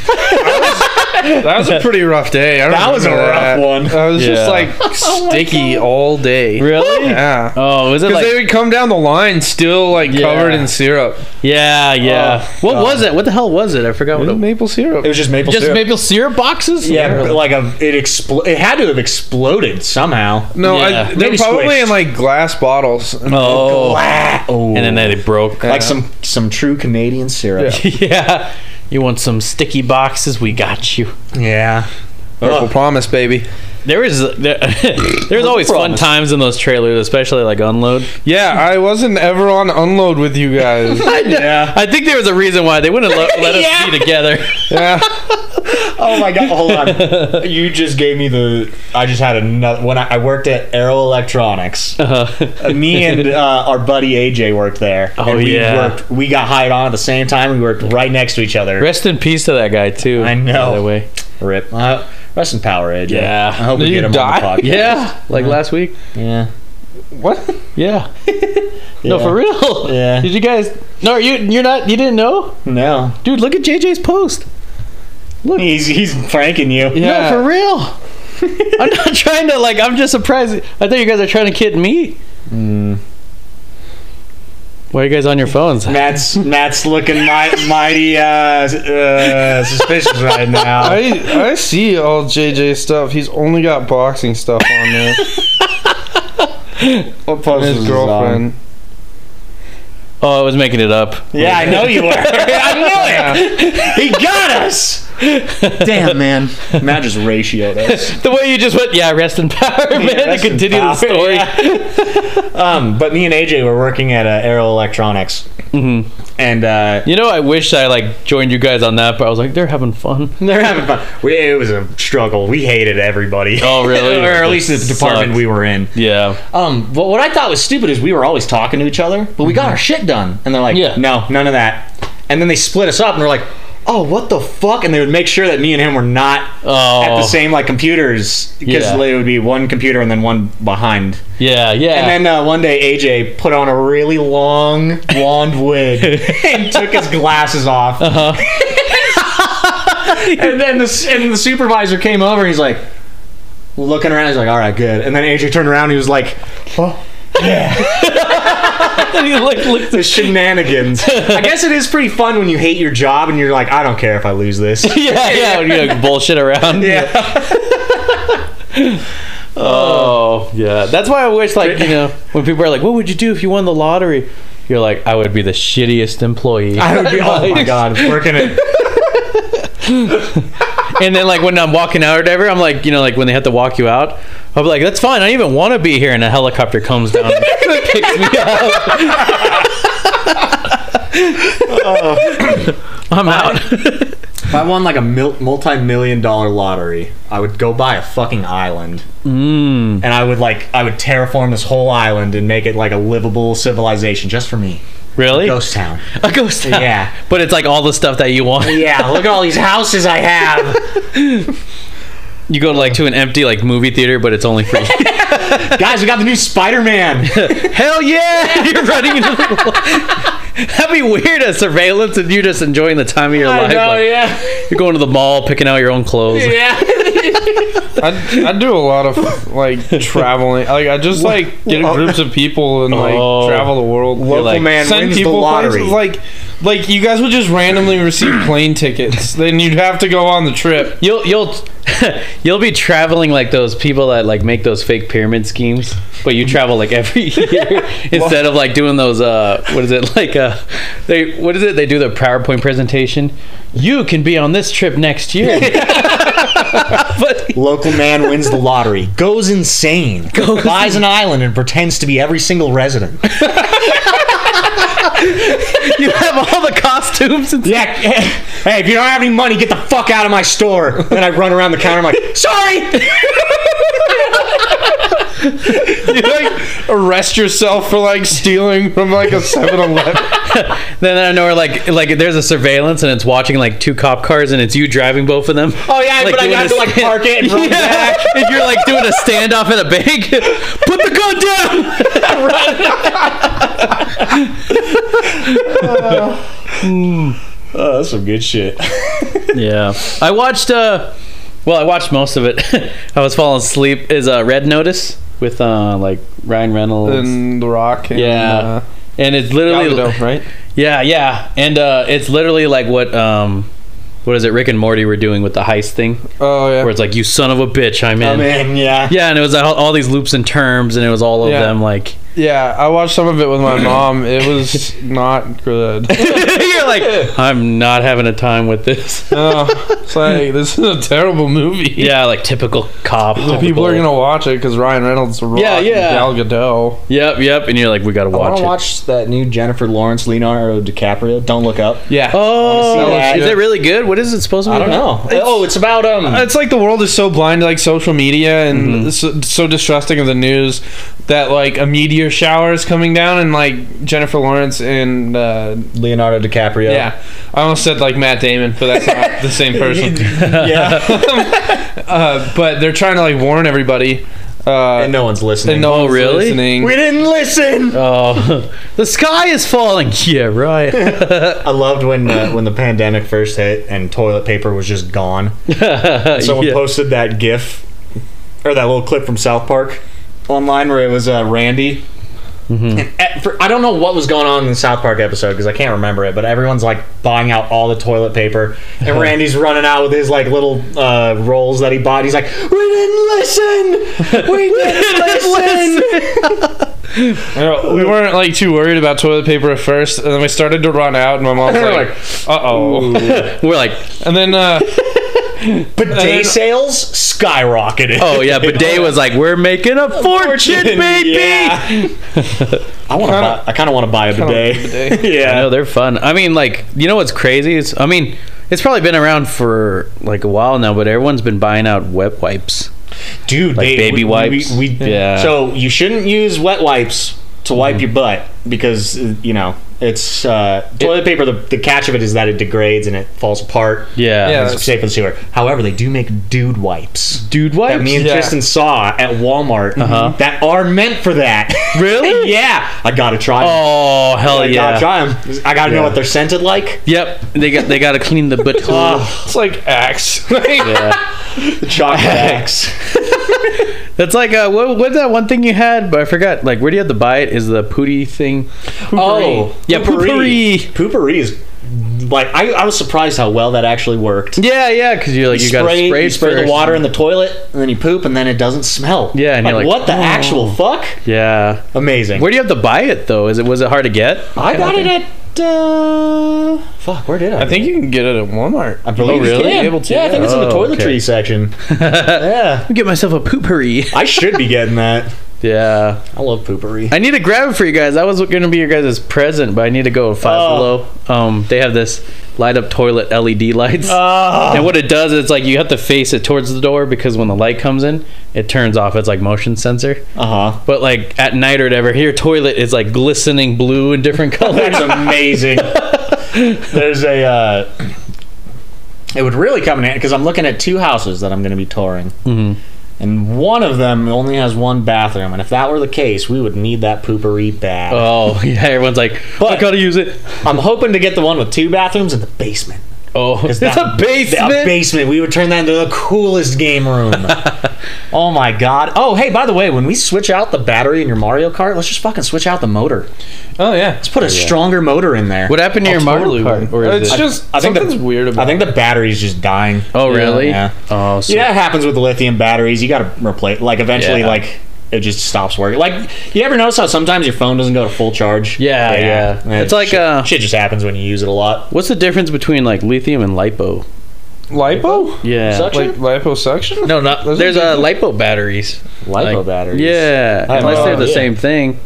that was a pretty rough day. I
That was a
remember
rough
that.
one. Oh
I was
Yeah.
just like sticky all day.
Really?
Yeah.
Oh, was it
Because
like?
they would come down the line still like
Yeah.
covered in syrup.
yeah, yeah.
Oh,
what
God.
was it? What the hell was it? I forgot what it was.
maple syrup.
It was just maple
Just
syrup.
maple syrup boxes?
yeah, but like a it expl- It had to have exploded somehow.
no,
Yeah.
I, they're
Maybe
probably
squished.
in like glass bottles.
Oh.
Blah! Oh.
And then they broke.
like some some true Canadian syrup.
yeah. You want some sticky boxes? We got you.
Yeah.
Purple
Ugh.
promise, baby.
There is there, there's always fun
Promise.
times in those trailers, especially like unload.
Yeah, I wasn't ever on unload with you guys.
Yeah.
I think there was a reason why they wouldn't let, let us
Yeah.
be together.
yeah.
Oh my god! Hold on. you just gave me the. I just had another. When I, I worked at Arrow Electronics,
Uh,
me and uh, our buddy AJ worked there.
Oh,
and we
yeah.
Worked, we got hired on at the same time. We worked right next to each other.
rest in peace to that guy too.
I know.
By the way.
Rip. Uh, rest in power, AJ.
Yeah.
I hope
Did
we
you
get him
die?
on the podcast.
Yeah, like last week.
Yeah.
What?
Yeah. No,
Yeah.
for real.
Yeah.
Did you guys? No, you you're not. You didn't know,
No.
dude. Look at JJ's post.
He's he's pranking you.
Yeah.
No, for real. I'm not trying to like. I'm just surprised. I thought you guys are trying to kid me. Mm. Why are you guys on your phones?
Matt's Matt's looking mi- mighty uh, uh, suspicious right now.
I I see all JJ stuff. He's only got boxing stuff on there.
What post
His girlfriend.
Oh, I was making it up.
Yeah, I know you were. I knew it. He got us. Damn, man. Matt just ratioed us.
The way you just went, yeah, rest in power, man.
rest in
to continue the
power,
story.
Um, but me and AJ were working at uh, Aero Electronics,
Mhm.
and uh,
You know, I wish I like joined you guys on that, but I was like, they're having fun.
they're having fun. We, it was a struggle. We hated everybody.
Oh, really?
or at least the
That
department
sucked.
we were in.
Yeah.
Um, but what I thought was stupid is we were always talking to each other, but we got our shit done. And they're like,
Mm-hmm. Yeah.
no, none of that. And then they split us up and they're like, oh, what the fuck? And they would make sure that me and him were not
Oh.
at the same like computers because
Yeah.
they would be one computer and then one behind.
Yeah, yeah.
And then uh, one day AJ put on a really long blonde wig and took his glasses off.
Uh-huh.
and then the s- and the supervisor came over. He's like looking around. He's like, "All right, good." And then AJ turned around. He was like,
And he like looked
"The shenanigans." I guess it is pretty fun when you hate your job and you're like, "I don't care if I lose this."
yeah, yeah, when you like bullshit around.
yeah.
Oh, yeah. That's why I wish, like, you know, when people are like, what would you do if you won the lottery? You're like, I would be the shittiest employee.
I would be, oh my god, working at
and then, like, when I'm walking out or whatever, I'm like, you know, like when they have to walk you out, I'll be like, that's fine. I don't even want to be here. And a helicopter comes down and picks me up. I'm out.
I won like a mil- multi-million dollar lottery, I would go buy a fucking island,
Mm.
and I would like I would terraform this whole island and make it like a livable civilization just for me.
Really?
Ghost town.
A ghost town.
Yeah.
But it's like all the stuff that you want.
Yeah, look at all these houses I have.
You go like to an empty like movie theater, but it's only for you.
Guys, we got the new Spider-Man.
Hell yeah! You're running into the. That'd be weird as surveillance and you're just enjoying the time of your life. like,
yeah.
You're going to the mall, picking out your own clothes.
I, I do a lot of like traveling. Like I just like get groups of people and like
Oh.
travel the world.
Local
like,
man wins the lottery.
places, like like you guys would just randomly receive plane tickets. Then you'd have to go on the trip.
You'll you'll you'll be traveling like those people that like make those fake pyramid schemes, but you travel like every year instead of like doing those uh what is it like uh they what is it they do the PowerPoint presentation. You can be on this trip next year. but
Local man wins the lottery, goes insane, buys an island, and pretends to be every single resident.
you have all the costumes and
Yeah. Hey, if you don't have any money, get the fuck out of my store. Then I run around the counter. I'm like, sorry.
You like arrest yourself for like stealing from like a 7-Eleven.
then I know like like there's a surveillance and it's watching like two cop cars and it's you driving both of them.
Oh yeah, but I
doing
got
a
to like
stand-
park it and run
Yeah.
back.
And you're like doing a standoff at a bank. Put the gun down.
Oh, that's some good shit.
Yeah, I watched. uh Well, I watched most of it. I was falling asleep. Is uh, Red Notice with uh like Ryan Reynolds.
and The Rock. And,
yeah,
uh,
and it's literally
Gallardo, right?
yeah, yeah, and uh it's literally like what um what is it Rick and Morty were doing with the heist thing,
Oh yeah.
where it's like you son of a bitch, I'm in.
I mean, yeah.
Yeah, and it was all, all these loops and terms, and it was all of
Yeah.
them like
Yeah, I watched some of it with my mom. It was not good.
you're like I'm not having a time with this.
No, it's like this is a terrible movie.
Yeah, like typical cop.
The people are
typical-
gonna watch it because Ryan Reynolds, The Rock,
Yeah,
and
yeah.
Gal Gadot.
Yep, yep, and you're like we gotta
I
watch
want
it.
to watch that new Jennifer Lawrence Leonardo DiCaprio. Don't look up.
Yeah.
I wanna see
Oh,
that.
is it really good? What is it supposed to be?
I don't know. oh, it's about um.
It's like the world is so blind to like social media and so, so distrusting of the news that like a meteor shower is coming down and like Jennifer Lawrence and uh,
Leonardo DiCaprio.
yeah, I almost said like Matt Damon, but that's not the same person.
yeah.
Uh, but they're trying to like warn everybody. Uh,
and no one's listening.
and no
Oh,
one's
really?
listening.
we didn't listen.
Oh, the sky is falling. Yeah, right.
I loved when uh, when the pandemic first hit and toilet paper was just gone. Someone
Yeah.
posted that GIF or that little clip from South Park online where it was uh, Randy. And at- for- I don't know what was going on in the South Park episode because I can't remember it, but everyone's like buying out all the toilet paper, and Randy's running out with his like little uh, rolls that he bought. He's like, "We didn't listen. We didn't listen."
We weren't like too worried about toilet paper at first, and then we started to run out, and my mom's
We're
like, "Uh oh."
We're like,
And then uh,
Bidet sales skyrocketed.
oh yeah, bidet was like, we're making a fortune, baby.
Yeah. I want to.
Kinda-
buy I kind of want to buy a bidet.
bidet.
I
yeah.
know they're fun. I mean, like, you know what's crazy is, I mean, it's probably been around for like a while now, but everyone's been buying out wet wipes.
dude
Like
they-
baby
we-
wipes?
we, we-
Yeah. Mm-hmm.
so you shouldn't use wet wipes to wipe your butt because uh, you know it's uh, toilet paper the, the catch of it is that it degrades and it falls apart
Yeah.
Yeah.
it's safe for the sewer however they do make dude wipes
Dude wipes.
that me and
Yeah.
Tristan saw at Walmart that are meant for that.
Uh-huh. Really?
yeah, I gotta try them.
Oh hell
I gotta
yeah.
try them. I gotta know what they're scented like.
Yep. They got they got to clean the butt.
it's like axe.
yeah.
The chocolate X.
That's like uh, what what's that one thing you had? But I forgot. Like, where do you have to buy it? Is the pooty thing?
Oh,
Yeah, poopery.
Poopery is like I, I was surprised how well that actually worked.
Yeah, yeah, because you're like you, got to spray
you spray
first.
the water in the toilet, and then you poop, and then it doesn't smell.
Yeah, and
like,
you're like,
what the
"Oh."
actual fuck?
Yeah.
Amazing.
Where do you have to buy it though? Is it was it hard to get?
I got it at uh, fuck. Where did I?
I think you can get it at Walmart.
I believe
Oh,
you
really?
can.
Able to,
yeah, I think it's in the
yeah. Oh,
toiletry
okay.
section. yeah,
Get myself a poopery.
I should be getting that.
Yeah.
I love poopery.
I need to grab it for you guys. I was going to be your guys' present, but I need to go with Five
Oh.
Below. Um, they have this light up toilet LED lights.
Oh,
and what it does is like you have to face it towards the door because when the light comes in, it turns off. It's like motion sensor.
uh huh.
But like at night or whatever, here toilet is like glistening blue in different colors.
That's amazing. There's a. Uh, it would really come in handy because I'm looking at two houses that I'm going to be touring,
Mhm.
and one of them only has one bathroom. And if that were the case, we would need that poopery bad.
Oh yeah, everyone's like, I
But-
gotta use it.
I'm hoping to get the one with two bathrooms in the basement.
Oh, it's
that-
a basement.
A basement. We would turn that into the coolest game room. oh my god. Oh hey, by the way, when we switch out the battery in your Mario Kart, let's just fucking switch out the motor.
Oh yeah.
Let's put a stronger motor in there.
what happened to your Mario
totally
Kart?
would.
Or is
It's
it-
just
I think the-
something's weird about.
I think the battery's just dying.
oh really?
Yeah.
Oh, so
Yeah, it happens with lithium batteries. You got to replace. Like eventually,
Yeah.
like it just stops working. Like you ever notice how sometimes your phone doesn't go to full charge?
Yeah, yeah.
Eh,
It's like,
shit,
uh,
shit just happens when you use it a lot.
What's the difference between like lithium and lipo?
it. lipo,
Yeah.
Suction?
like liposuction.
No, not
Those
there's
are
a lipo batteries.
Lipo
Like-
batteries.
Yeah,
I have
unless
no
they're the
idea.
same thing.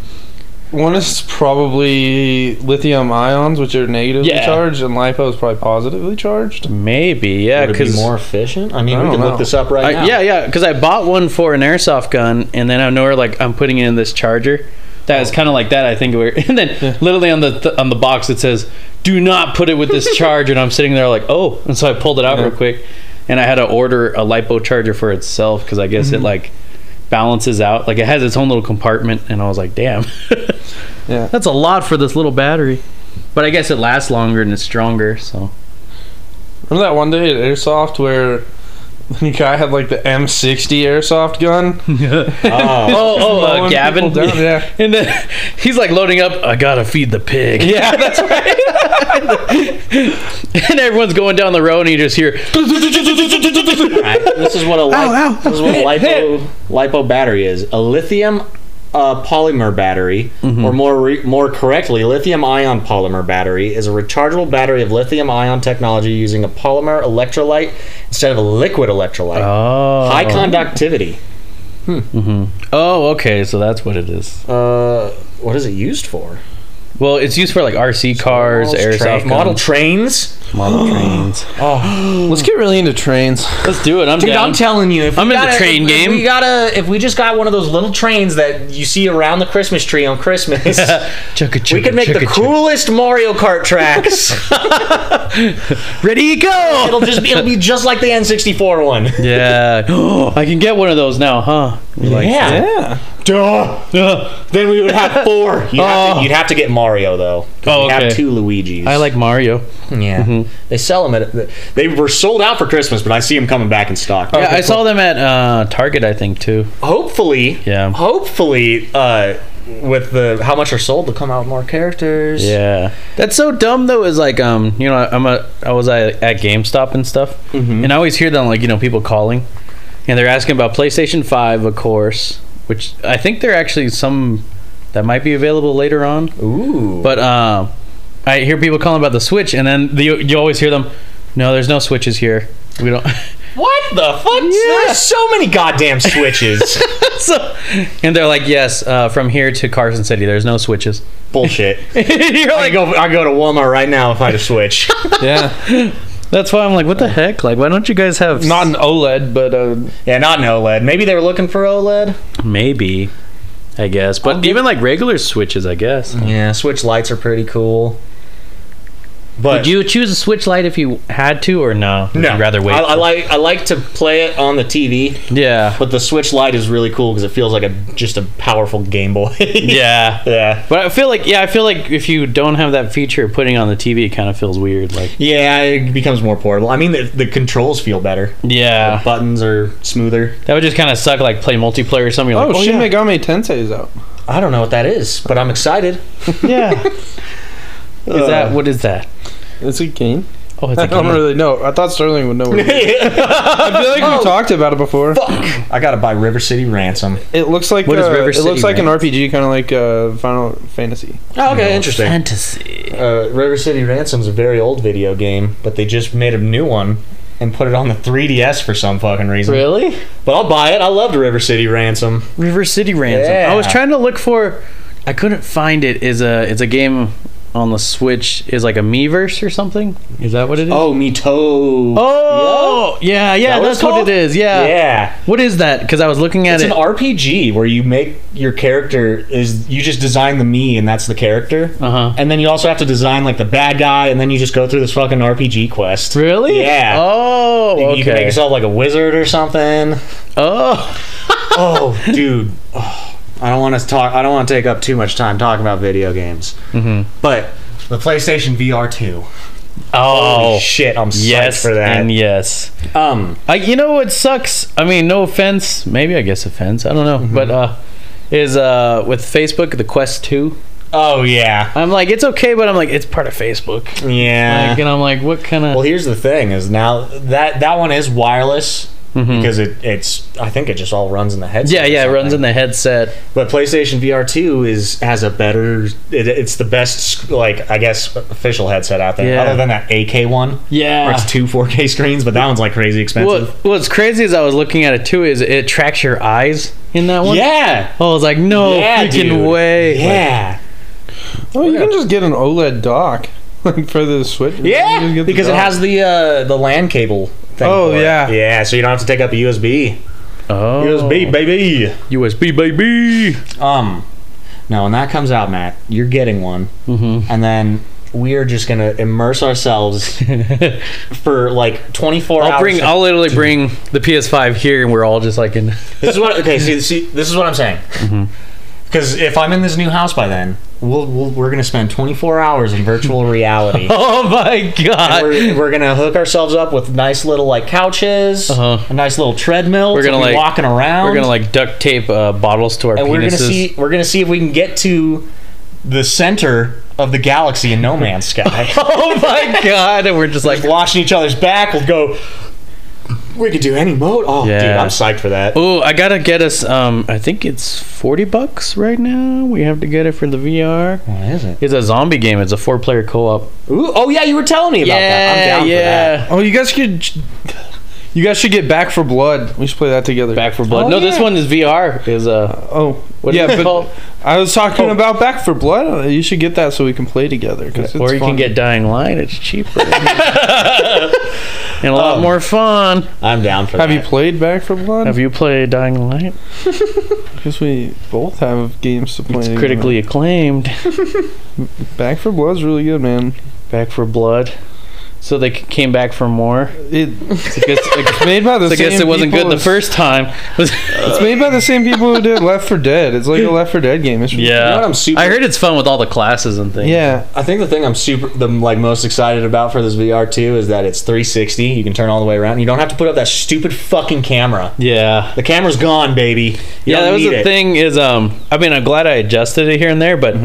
One is probably lithium ions, which are negatively
Yeah.
charged, and lipo is probably positively charged.
Maybe, yeah,
Would it be
because
more efficient? I mean, we
I don't
can
know.
look this up right now.
yeah, yeah, because I bought one for an airsoft gun, and then I know where, like I'm putting it in this charger. That is kind of like that, I think. Where and then literally on the th- on the box it says, "Do not put it with this charger." And I'm sitting there like, "Oh!" And so I pulled it out real quick, and I had to order a lipo charger for itself because I guess it like balances out. Like it has its own little compartment, and I was like, "Damn,
Yeah.
that's a lot for this little battery." But I guess it lasts longer and it's stronger, so.
Remember that one day at airsoft where the guy had like the M60 airsoft gun?
Oh,
Oh, oh, uh,
Mowing
Gavin.
people down, yeah.
And then he's like loading up. I gotta feed the pig.
Yeah, that's
and everyone's going down the road, and you just hear.
Right. This is what a li- this is what a lipo lipo battery is. A lithium uh, polymer battery,
Mm-hmm.
or more re- more correctly, lithium ion polymer battery, is a rechargeable battery of lithium ion technology using a polymer electrolyte instead of a liquid electrolyte.
Oh.
High conductivity.
oh, okay. So that's what it is.
Uh, what is it used for?
Well, it's used for like RC cars,
Models,
airsoft,
tra-
guns,
model trains.
model trains.
Let's get really into trains.
Let's do it. I'm
Dude,
down.
I'm telling you, if
I'm
we
in the
got a-
train
if- if
game.
we gotta if we just got one of those little trains that you see around the Christmas tree on Christmas.
Chugga, chugga,
We could make the
chugga, chugga.
coolest Mario Kart tracks.
Ready go.
it'll just be, it'll be just like the N64 one.
yeah. I can get one of those now, huh? You're like,
Yeah.
Duh.
"Ugh."
Then we would have four. You'd, have
Oh.
to, you'd have to get Mario though.
Oh,
You'd
okay.
Have two Luigi's.
I like Mario.
Yeah. They sell them at. They were sold out for Christmas, but I see them coming back in stock.
yeah, I saw them at uh, Target, I think too.
Hopefully.
Yeah.
Hopefully, uh, with the how much are sold, they'll come out with more characters.
Yeah, that's so dumb though. Is like, um, you know, I'm a, I was at, at GameStop and stuff, and I always hear them like, you know, people calling, and they're asking about PlayStation Five, of course, which I think they're actually some that might be available later on.
Ooh.
But um, I hear people calling about the Switch, and then the, you always hear them, no, there's no Switches here. We don't.
what the fuck? There's so many goddamn switches.
so, and they're like, yes, uh, from here to Carson City, there's no Switches.
Bullshit.
You're
I
like,
go I go to Walmart right now if I had a switch.
Yeah.
that's why I'm like, what the heck? Like, why don't you guys have
Not an OLED, but uh,
Yeah, not an OLED. Maybe they were looking for E OLED.
Maybe, I guess. But even like regular switches, I guess.
Yeah, Switch lights are pretty cool. But
Would you choose a switch light if you had to, or no? Would
no,
you rather wait.
I, I
for-
like I like to play it on the TV,
yeah,
but the Switch light is really cool because it feels like a just a powerful Game Boy.
yeah.
yeah,
But I feel like yeah, I feel like if you don't have that feature, putting it on the TV, it kind of feels weird. Like
yeah, it becomes more portable. I mean, the, the controls feel better.
yeah,
Buttons are smoother.
that would just kind of suck. Like play multiplayer or something. You're
oh,
like,
Shin Megami Tensei is out.
I don't know what that is, but I'm excited.
yeah. is that what is that?
It's a game.
Oh, it's
I
a
don't
game.
really know. I thought Sterling would know. What it is. Oh, I feel like we talked about it before.
Oh. I gotta buy River City Ransom.
It looks like
What is
uh,
River
it
City
looks like an
Ranch?
RPG, kind of like uh, Final Fantasy.
Oh, okay, interesting.
fantasy.
Uh, River City Ransom's a very old video game, but they just made a new one, and put it on the 3DS for some fucking reason.
Really?
But I'll buy it. I loved River City Ransom.
River City Ransom. I was
Yeah.
trying to look for. I couldn't find it. Is a it's a game on the Switch. Is like a Miiverse or something. Is that what it is?
Oh, me toe.
Oh, yeah,
That
yeah.
what
that's
it's
what
called?
it is. Yeah.
yeah.
What is that? Because I was looking
It's
at it.
an RPG where you make your character is you just design the me and that's the character.
Uh-huh.
And then you also have to design like the bad guy and then you just go through this fucking RPG quest.
really?
Yeah.
Oh.
You-
Okay.
You can make yourself like a wizard or something.
oh.
oh, dude. Oh, I don't want to talk. I don't want to take up too much time talking about video games. Mm-hmm. But the PlayStation VR two.
Oh.
shit! I'm psyched
Yes.
for that.
And yes.
um,
I, you know what sucks? I mean, no offense. Maybe I guess offense. I don't know.
Mm-hmm.
But uh, is uh with Facebook the Quest Two?
oh yeah,
I'm like, it's okay, but I'm like, it's part of Facebook.
yeah.
Like, uh, and I'm like, what kind of?
well, here's the thing: is now that that one is wireless because it it's. I think it just all runs in the headset.
Mm-hmm. yeah, yeah, it runs in the headset.
But PlayStation VR two is has a better. It, it's the best, like I guess, official headset out there.
Yeah. Ah.
Other than that AK one, where
Yeah.
it's two 4K screens, but that one's like crazy expensive.
What, what's crazy is I was looking at it too. Is it tracks your eyes in that one?
Yeah.
I was like, no
yeah,
freaking
dude.
way.
Yeah.
Oh, you can just get an OLED dock like for the Switch. You just
yeah.
get the
Because it
dock.
has the uh, the LAN cable. Thing
Oh,
for it.
yeah.
Yeah. So you don't have to take up a USB.
Oh.
USB baby.
USB baby.
Um. Now when that comes out, Matt, you're getting one, mm-hmm. and then we are just gonna immerse ourselves for like 24
I'll
hours.
bring. I'll literally bring the PS5 here, and we're all just like in.
this is what okay. See, see, this is what I'm saying. Because if I'm in this new house by then, we'll, we'll we're gonna spend 24 hours in virtual reality.
Oh my god.
we're, we're gonna hook ourselves up with nice little like couches,
Uh-huh.
a nice little treadmill. We're
gonna,
gonna be
like-
walking around.
We're gonna like duct tape uh, bottles to our
and
penises.
we're gonna see we're gonna see if we can get to the center of the galaxy in No Man's Sky.
oh my god! And we're just like,
like watching each other's back, we'll go. We could do any mode. Oh, dude,
Yeah.
I'm psyched for that.
oh, I gotta get us. Um, I think it's forty bucks right now. We have to get it for the VR.
What is it?
It's a zombie game. It's a four-player co-op.
Ooh, oh yeah, you were telling me about that. I'm down for that.
Oh, you guys could. You guys should get Back for Blood. We should play that together.
Back for Blood.
Oh,
no,
yeah.
this one is VR. Is uh,
Oh,
what is
yeah,
it
but
called?
I was talking
Oh.
about Back for Blood. You should get that so we can play together. 'cause it's
Or you
fun.
can get Dying Light. It's cheaper and a lot
Um,
more fun.
I'm down for
Have
that.
you played Back for Blood?
Have you played Dying Light?
Because we both have games to play.
It's
together.
critically acclaimed.
Back for Blood's really good, man.
Back for Blood. So they c- came back for more.
It,
I guess,
it's made by the.
I guess
same
it wasn't
people
good the
as-
first time.
It's made by the same people who did Left for Dead. It's like a Left for Dead game. It's
You know what
yeah.
I'm super.
I heard it's fun with all the classes and things.
Yeah.
I think the thing I'm super the like most excited about for this VR too is that it's 360. You can turn all the way around. You don't have to put up that stupid fucking camera.
Yeah.
The camera's gone, baby. You
Yeah,
don't
that was
need
the
it.
thing is um I mean I'm glad I adjusted it here and there, but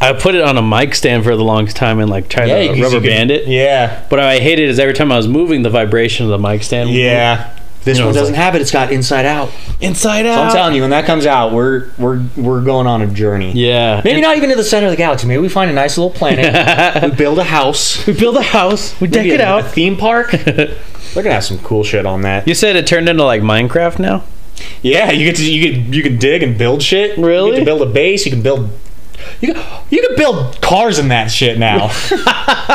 I put it on a mic stand for the longest time and like tried
Mm-hmm. Yeah,
to
'cause you
Uh, rubber
could-
band it.
Yeah,
But what I hated is every time I was moving the vibration of the mic stand would
yeah. This
Mm-hmm. You know,
one
it's
doesn't have it. It's got Inside Out.
go inside
So
out.
I'm telling you, when that comes out, we're we're we're going on a journey.
yeah.
Maybe not even to the center of the galaxy. Maybe we find a nice little planet. we build a house.
we build a house, we deck
Maybe
it
a, A
out.
theme park. They're gonna have some cool shit on that.
You said it turned into like Minecraft now?
Yeah, you get to you get you can dig and build shit.
Really?
You get to build a base. You can build. You can, you can build cars in that shit now.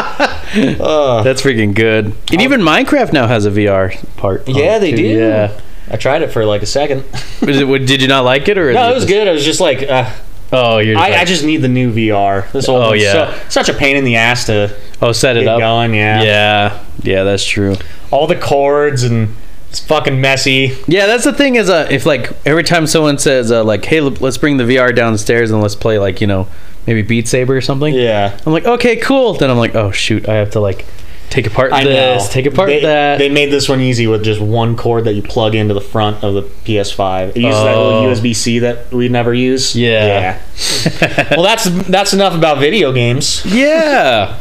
uh,
That's freaking good. And even Minecraft now has a VR part. on
Yeah,
it,
they
too.
do.
Yeah.
I tried it for like a second.
Is it, what- did you not like it or? is
No, it was
just-
good. I was just like, uh,
Oh, you're. Just
I, I
like,
just need the new VR. This old
Oh,
one's
yeah.
so- such a pain in the ass to
oh, set it
get
up.
going. Yeah.
Yeah, yeah, that's true.
all the cords and it's fucking messy.
Yeah, that's the thing is, uh, if like every time someone says uh, like, "Hey, l- let's bring the VR downstairs and let's play like you know maybe Beat Saber or something,"
Yeah.
I'm like, "Okay, cool." Then I'm like, "Oh shoot, I have to like take apart
I
this,
know.
take apart
they,
that."
They made this one easy with just one cord that you plug into the front of the PS5. It uses that
Oh.
little USB C that we never use.
Yeah.
Yeah. well, that's that's enough about video games.
yeah,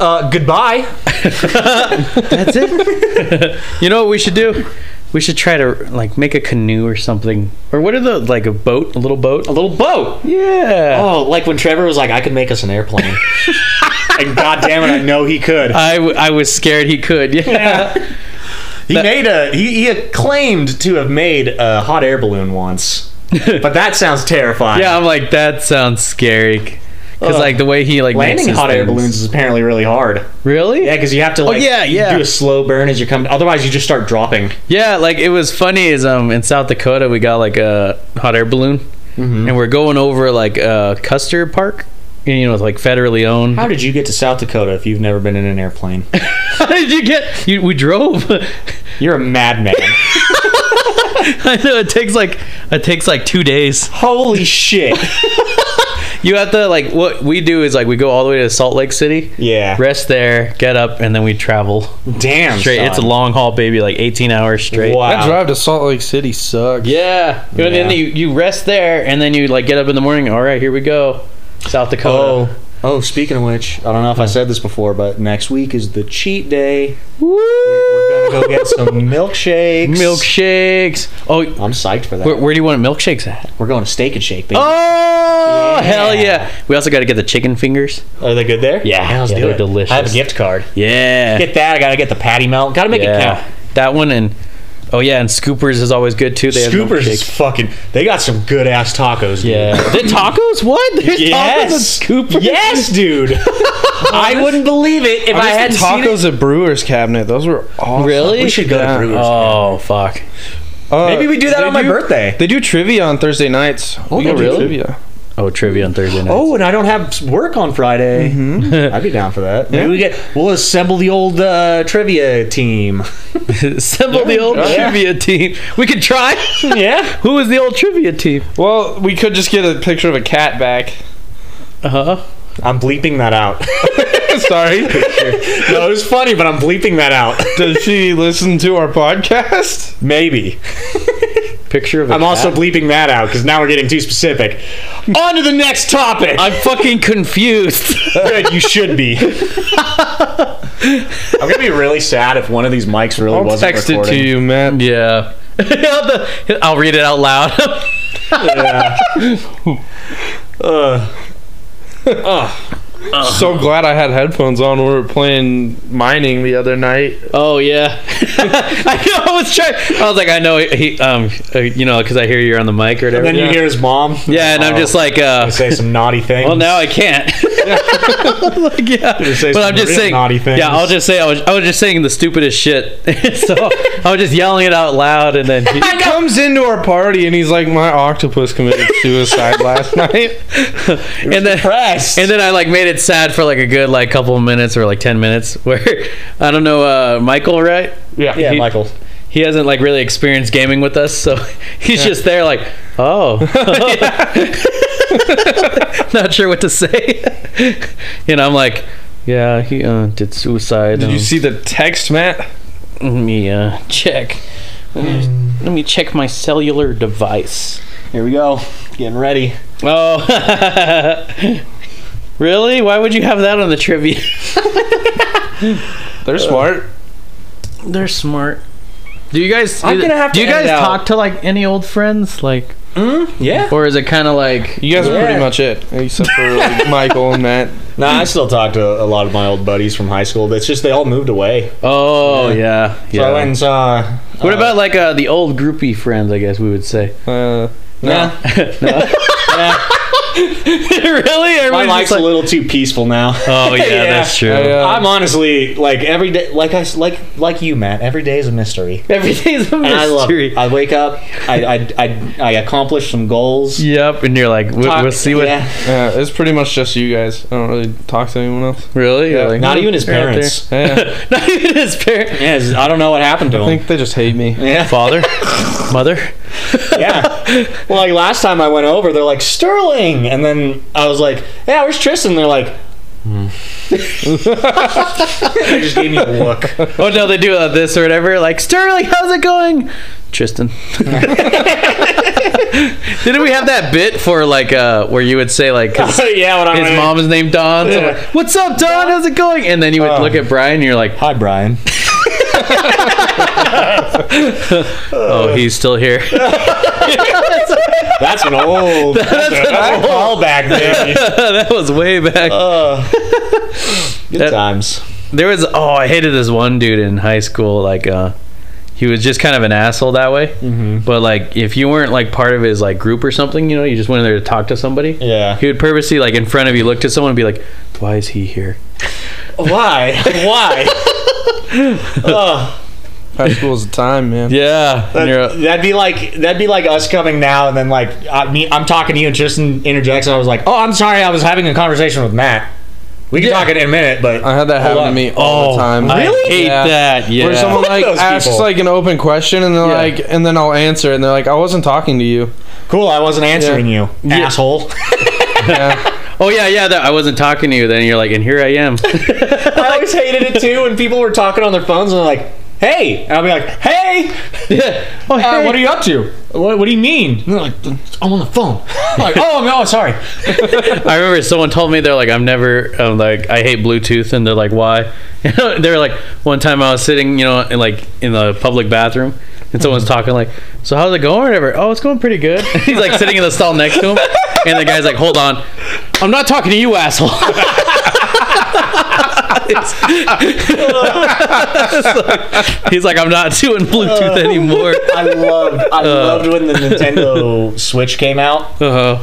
Uh, goodbye.
that's it. you know what we should do? We should try to like make a canoe or something, or what are the like a boat, a little boat?
A little boat.
Yeah.
Oh, like when Trevor was like, I could make us an airplane. and god damn it, I know he could.
I, w- I was scared he could. Yeah.
He
That-
made a he, he claimed to have made a hot air balloon once, but that sounds terrifying.
Yeah, I'm like that sounds scary. Because
Ugh.
like the way he like
landing
makes his
hot air
things.
balloons is apparently really hard.
Really?
Oh, Yeah, because you have to like
yeah, yeah.
do a slow burn as you're coming. Otherwise, you just start dropping.
Yeah, like it was funny is um in South Dakota we got like a hot air balloon
Mm-hmm.
and we're going over like uh Custer Park. And, you know, it's like federally owned.
How did you get to South Dakota if you've never been in an airplane?
How did you get? You, we drove. I
You're a madman.
know it takes like it takes like two days.
Holy shit!
You have to like what we do is like we go all the way to Salt Lake City,
Yeah.
rest there, get up, and then we travel
Damn.
straight. It's a
son.
long haul, baby, like eighteen hours straight.
Wow.
That drive to Salt Lake City sucks.
Yeah. And then
Yeah.
you, you rest there, and then you like get up in the morning. All right, here we go, South Dakota.
Oh, oh. Speaking of which, I don't know if I said this before, but next week is the cheat day. We're gonna go get some milkshakes.
Milkshakes. Oh,
I'm psyched for that.
where,
We're,
where do you want milkshakes at?
going to Steak and Shake, baby.
Oh,
Yeah.
hell yeah! We also got to get the chicken fingers.
Oh, Are they good there?
Yeah.
How's
Yeah,
do
they're
it?
delicious.
I have a gift card.
Yeah.
Get that. I gotta get the patty melt. Gotta make it count.
That one and oh yeah, and Scoopers is always good too. They
Scoopers
have
is
milkshake.
fucking. They got some good ass tacos. Dude.
Yeah. the tacos? What? There's
Yes.
tacos and Scoopers?
Yes, dude. I wouldn't believe it if I,
I
had
had tacos at Brewer's Cabinet. Those were awesome.
Really?
We should go
Yeah.
to Brewers.
Oh fuck.
Uh,
Maybe we do that
they
on my birthday.
They do trivia on Thursday nights. Oh,
they really?
Trivia.
Oh trivia on Thursday night.
Oh, and I don't have work on Friday. I'd be down for that. Mm-hmm. Maybe we get. We'll assemble the old uh, trivia team.
Assemble the old
Yeah.
trivia team. We could try.
yeah.
Who is the old trivia team?
Well, we could just get a picture of a cat back.
Uh-huh.
I'm bleeping that out.
Sorry.
no, it was funny, but I'm bleeping that out.
Does she listen to our podcast?
Maybe.
Picture of i
I'm also bleeping that out because now we're getting too specific. On to the next topic.
I'm fucking confused.
Good, you should be. I'm gonna be really sad if one of these mics really
I'll
wasn't
text
recording.
it to you, man.
yeah. I'll I'll read it out loud.
Yeah. Ugh.
So glad I had headphones on when we were playing mining the other night.
oh yeah. I know. I was trying. I was like, I know he. Um, uh, you know, because I hear you're on the mic or whatever.
and then you hear his mom.
yeah, and I'm
Oh,
just like, uh,
say some naughty things.
Well, now I can't. Like, yeah.
say
But
some
I'm just
real
saying.
naughty things.
Yeah, I'll just say I was, I was just saying the stupidest shit. so I was just yelling it out loud, and then
He comes into our party and he's like, "My octopus committed suicide last night."
and then
depressed.
and then I like made it sad for like a good like couple of minutes or like ten minutes. Where I don't know, uh, Michael, right?
yeah,
he-
Michael.
He hasn't like really experienced gaming with us, so he's just there like, oh, not sure what to say. and I'm like, yeah, he uh, did suicide.
Did
um,
you see the text, Matt?
Let me uh, check. Let me, let me check my cellular device.
Here we go. Getting ready.
Oh, really? Why would you have that on the trivia?
They're smart.
They're smart. Do you guys?
I'm gonna have
do
to
you guys
end out.
talk to like any old friends, like,
Yeah.
or is it kind of like?
You guys are
Yeah.
pretty much it, except for like, Michael and Matt.
Nah, I still talk to a lot of my old buddies from high school. It's just they all moved away.
Oh yeah,
So
yeah.
I went and saw.
what about like uh, the old groupie friends? I guess we would say.
Uh,
Nah,
really?
my
Everyone's
life's
just
a
like-
little too peaceful now.
Oh yeah,
Yeah.
that's true.
I, uh,
I'm honestly like every day, like I s- like like you, Matt. Every day is a mystery.
Everything's a mystery.
And I love it. I wake up, I I, I, I accomplish some goals.
Yep, and you're like, we-
Talk-
we'll see what.
yeah.
yeah, it's pretty much just you guys. I don't really talk to anyone else.
Really? You're
Yeah.
like,
Not even his
you're out there.
parents.
Yeah,
Not even his parents.
Yeah, it's- I don't know what happened to
I
him.
think they just hate me.
Yeah,
Father, mother.
yeah. Well, like last time I went over, they're like Sterling, and then I was like, "Yeah, where's Tristan?" They're like, hmm. "They just gave me a look."
Oh no, they do uh, this or whatever. Like Sterling, how's it going? Tristan. Didn't we have that bit for like uh where you would say like 'cause
yeah, when I
his
went in-
mom is named Don? so like, What's up, Don? How's it going? And then you would
Oh.
look at Brian, and you're like,
Hi, Brian.
oh, he's still here.
That's an old. that's an old callback, baby.
that was way back.
Uh, good
That-
times.
There was oh, I hated this one dude in high school. Like uh, he was just kind of an asshole that way. But like, if you weren't like part of his like group or something, you know, you just went in there to talk to somebody.
Yeah.
He would purposely like in front of you look to someone and be like, "Why is he here?"
Why? Why? Ugh.
High school's the time, man.
Yeah. And you're,
That, would be like that'd be like us coming now and then like I mean I'm talking to you and Tristan interjects and I was like, oh I'm sorry I was having a conversation with Matt. We can talk in a minute, but
Uh-huh.
I had that happen
Hold
to
on.
me all
oh,
the time.
I
Really?
hate
Yeah.
that. Yeah.
Where someone
Fuck
like
those
asks
people.
like an open question and they're
Yeah.
like, and then I'll answer it and they're like, I wasn't talking to you.
cool, I wasn't answering you,
Yeah.
asshole.
oh yeah, yeah. That, I wasn't talking to you. Then you're like, and here I am.
I always hated it too when people were talking on their phones and they're like, hey. And I'll be like, hey,
yeah. Oh,
uh,
hey.
what are you up to? What, what do you mean? And they're like, I'm on the phone. I'm like, oh, no, sorry.
I remember someone told me they're like, I'm never um, like I hate Bluetooth, and they're like, why? they were like, one time I was sitting, you know, in like in the public bathroom, and someone's talking like, so how's it going or whatever? Oh, it's going pretty good. He's like sitting in the stall next to him, and the guy's like, hold on, I'm not talking to you, asshole. It's- he's like, I'm not doing Bluetooth anymore.
I loved, I loved when the Nintendo Switch came out.
Uh-huh.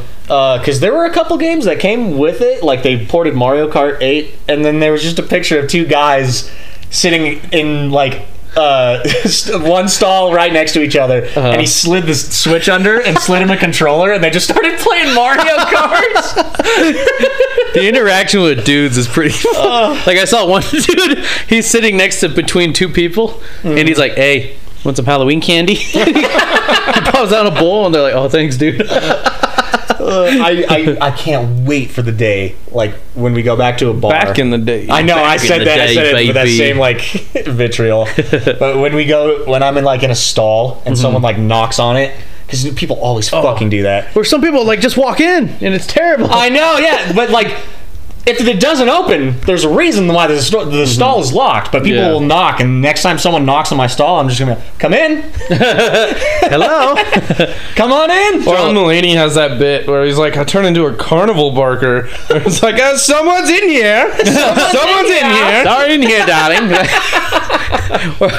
because there were a couple games that came with it, like they ported Mario Kart 8, and then there was just a picture of two guys sitting in like uh, one stall right next to each other, and he slid the s- Switch under and slid him a controller, and they just started playing Mario Kart.
The interaction with dudes is pretty.
Oh.
like I saw one dude, he's sitting next to between two people, and he's like, "Hey, want some Halloween candy?" he pops out a bowl, and they're like, "Oh, thanks, dude."
Uh, I, I I can't wait for the day like when we go back to a bar.
Back in the day.
I know I
in
said
the
that I
day,
said it with that
baby.
same like vitriol. but when we go when I'm in like in a stall
Mm-hmm.
and someone like knocks on it because people always
Oh.
fucking do that.
Or some people like just walk in, and it's terrible.
I know, yeah, but like, if it doesn't open, there's a reason why the, sto- the stall is locked. But people
Mm-hmm. Yeah.
will knock, and next time someone knocks on my stall, I'm just gonna come in,
Hello.
come on in.
John Mulaney has that bit where he's like, I turn into a carnival barker. It's like, uh, someone's in here. Someone's, in here.
Sorry in here, darling. Or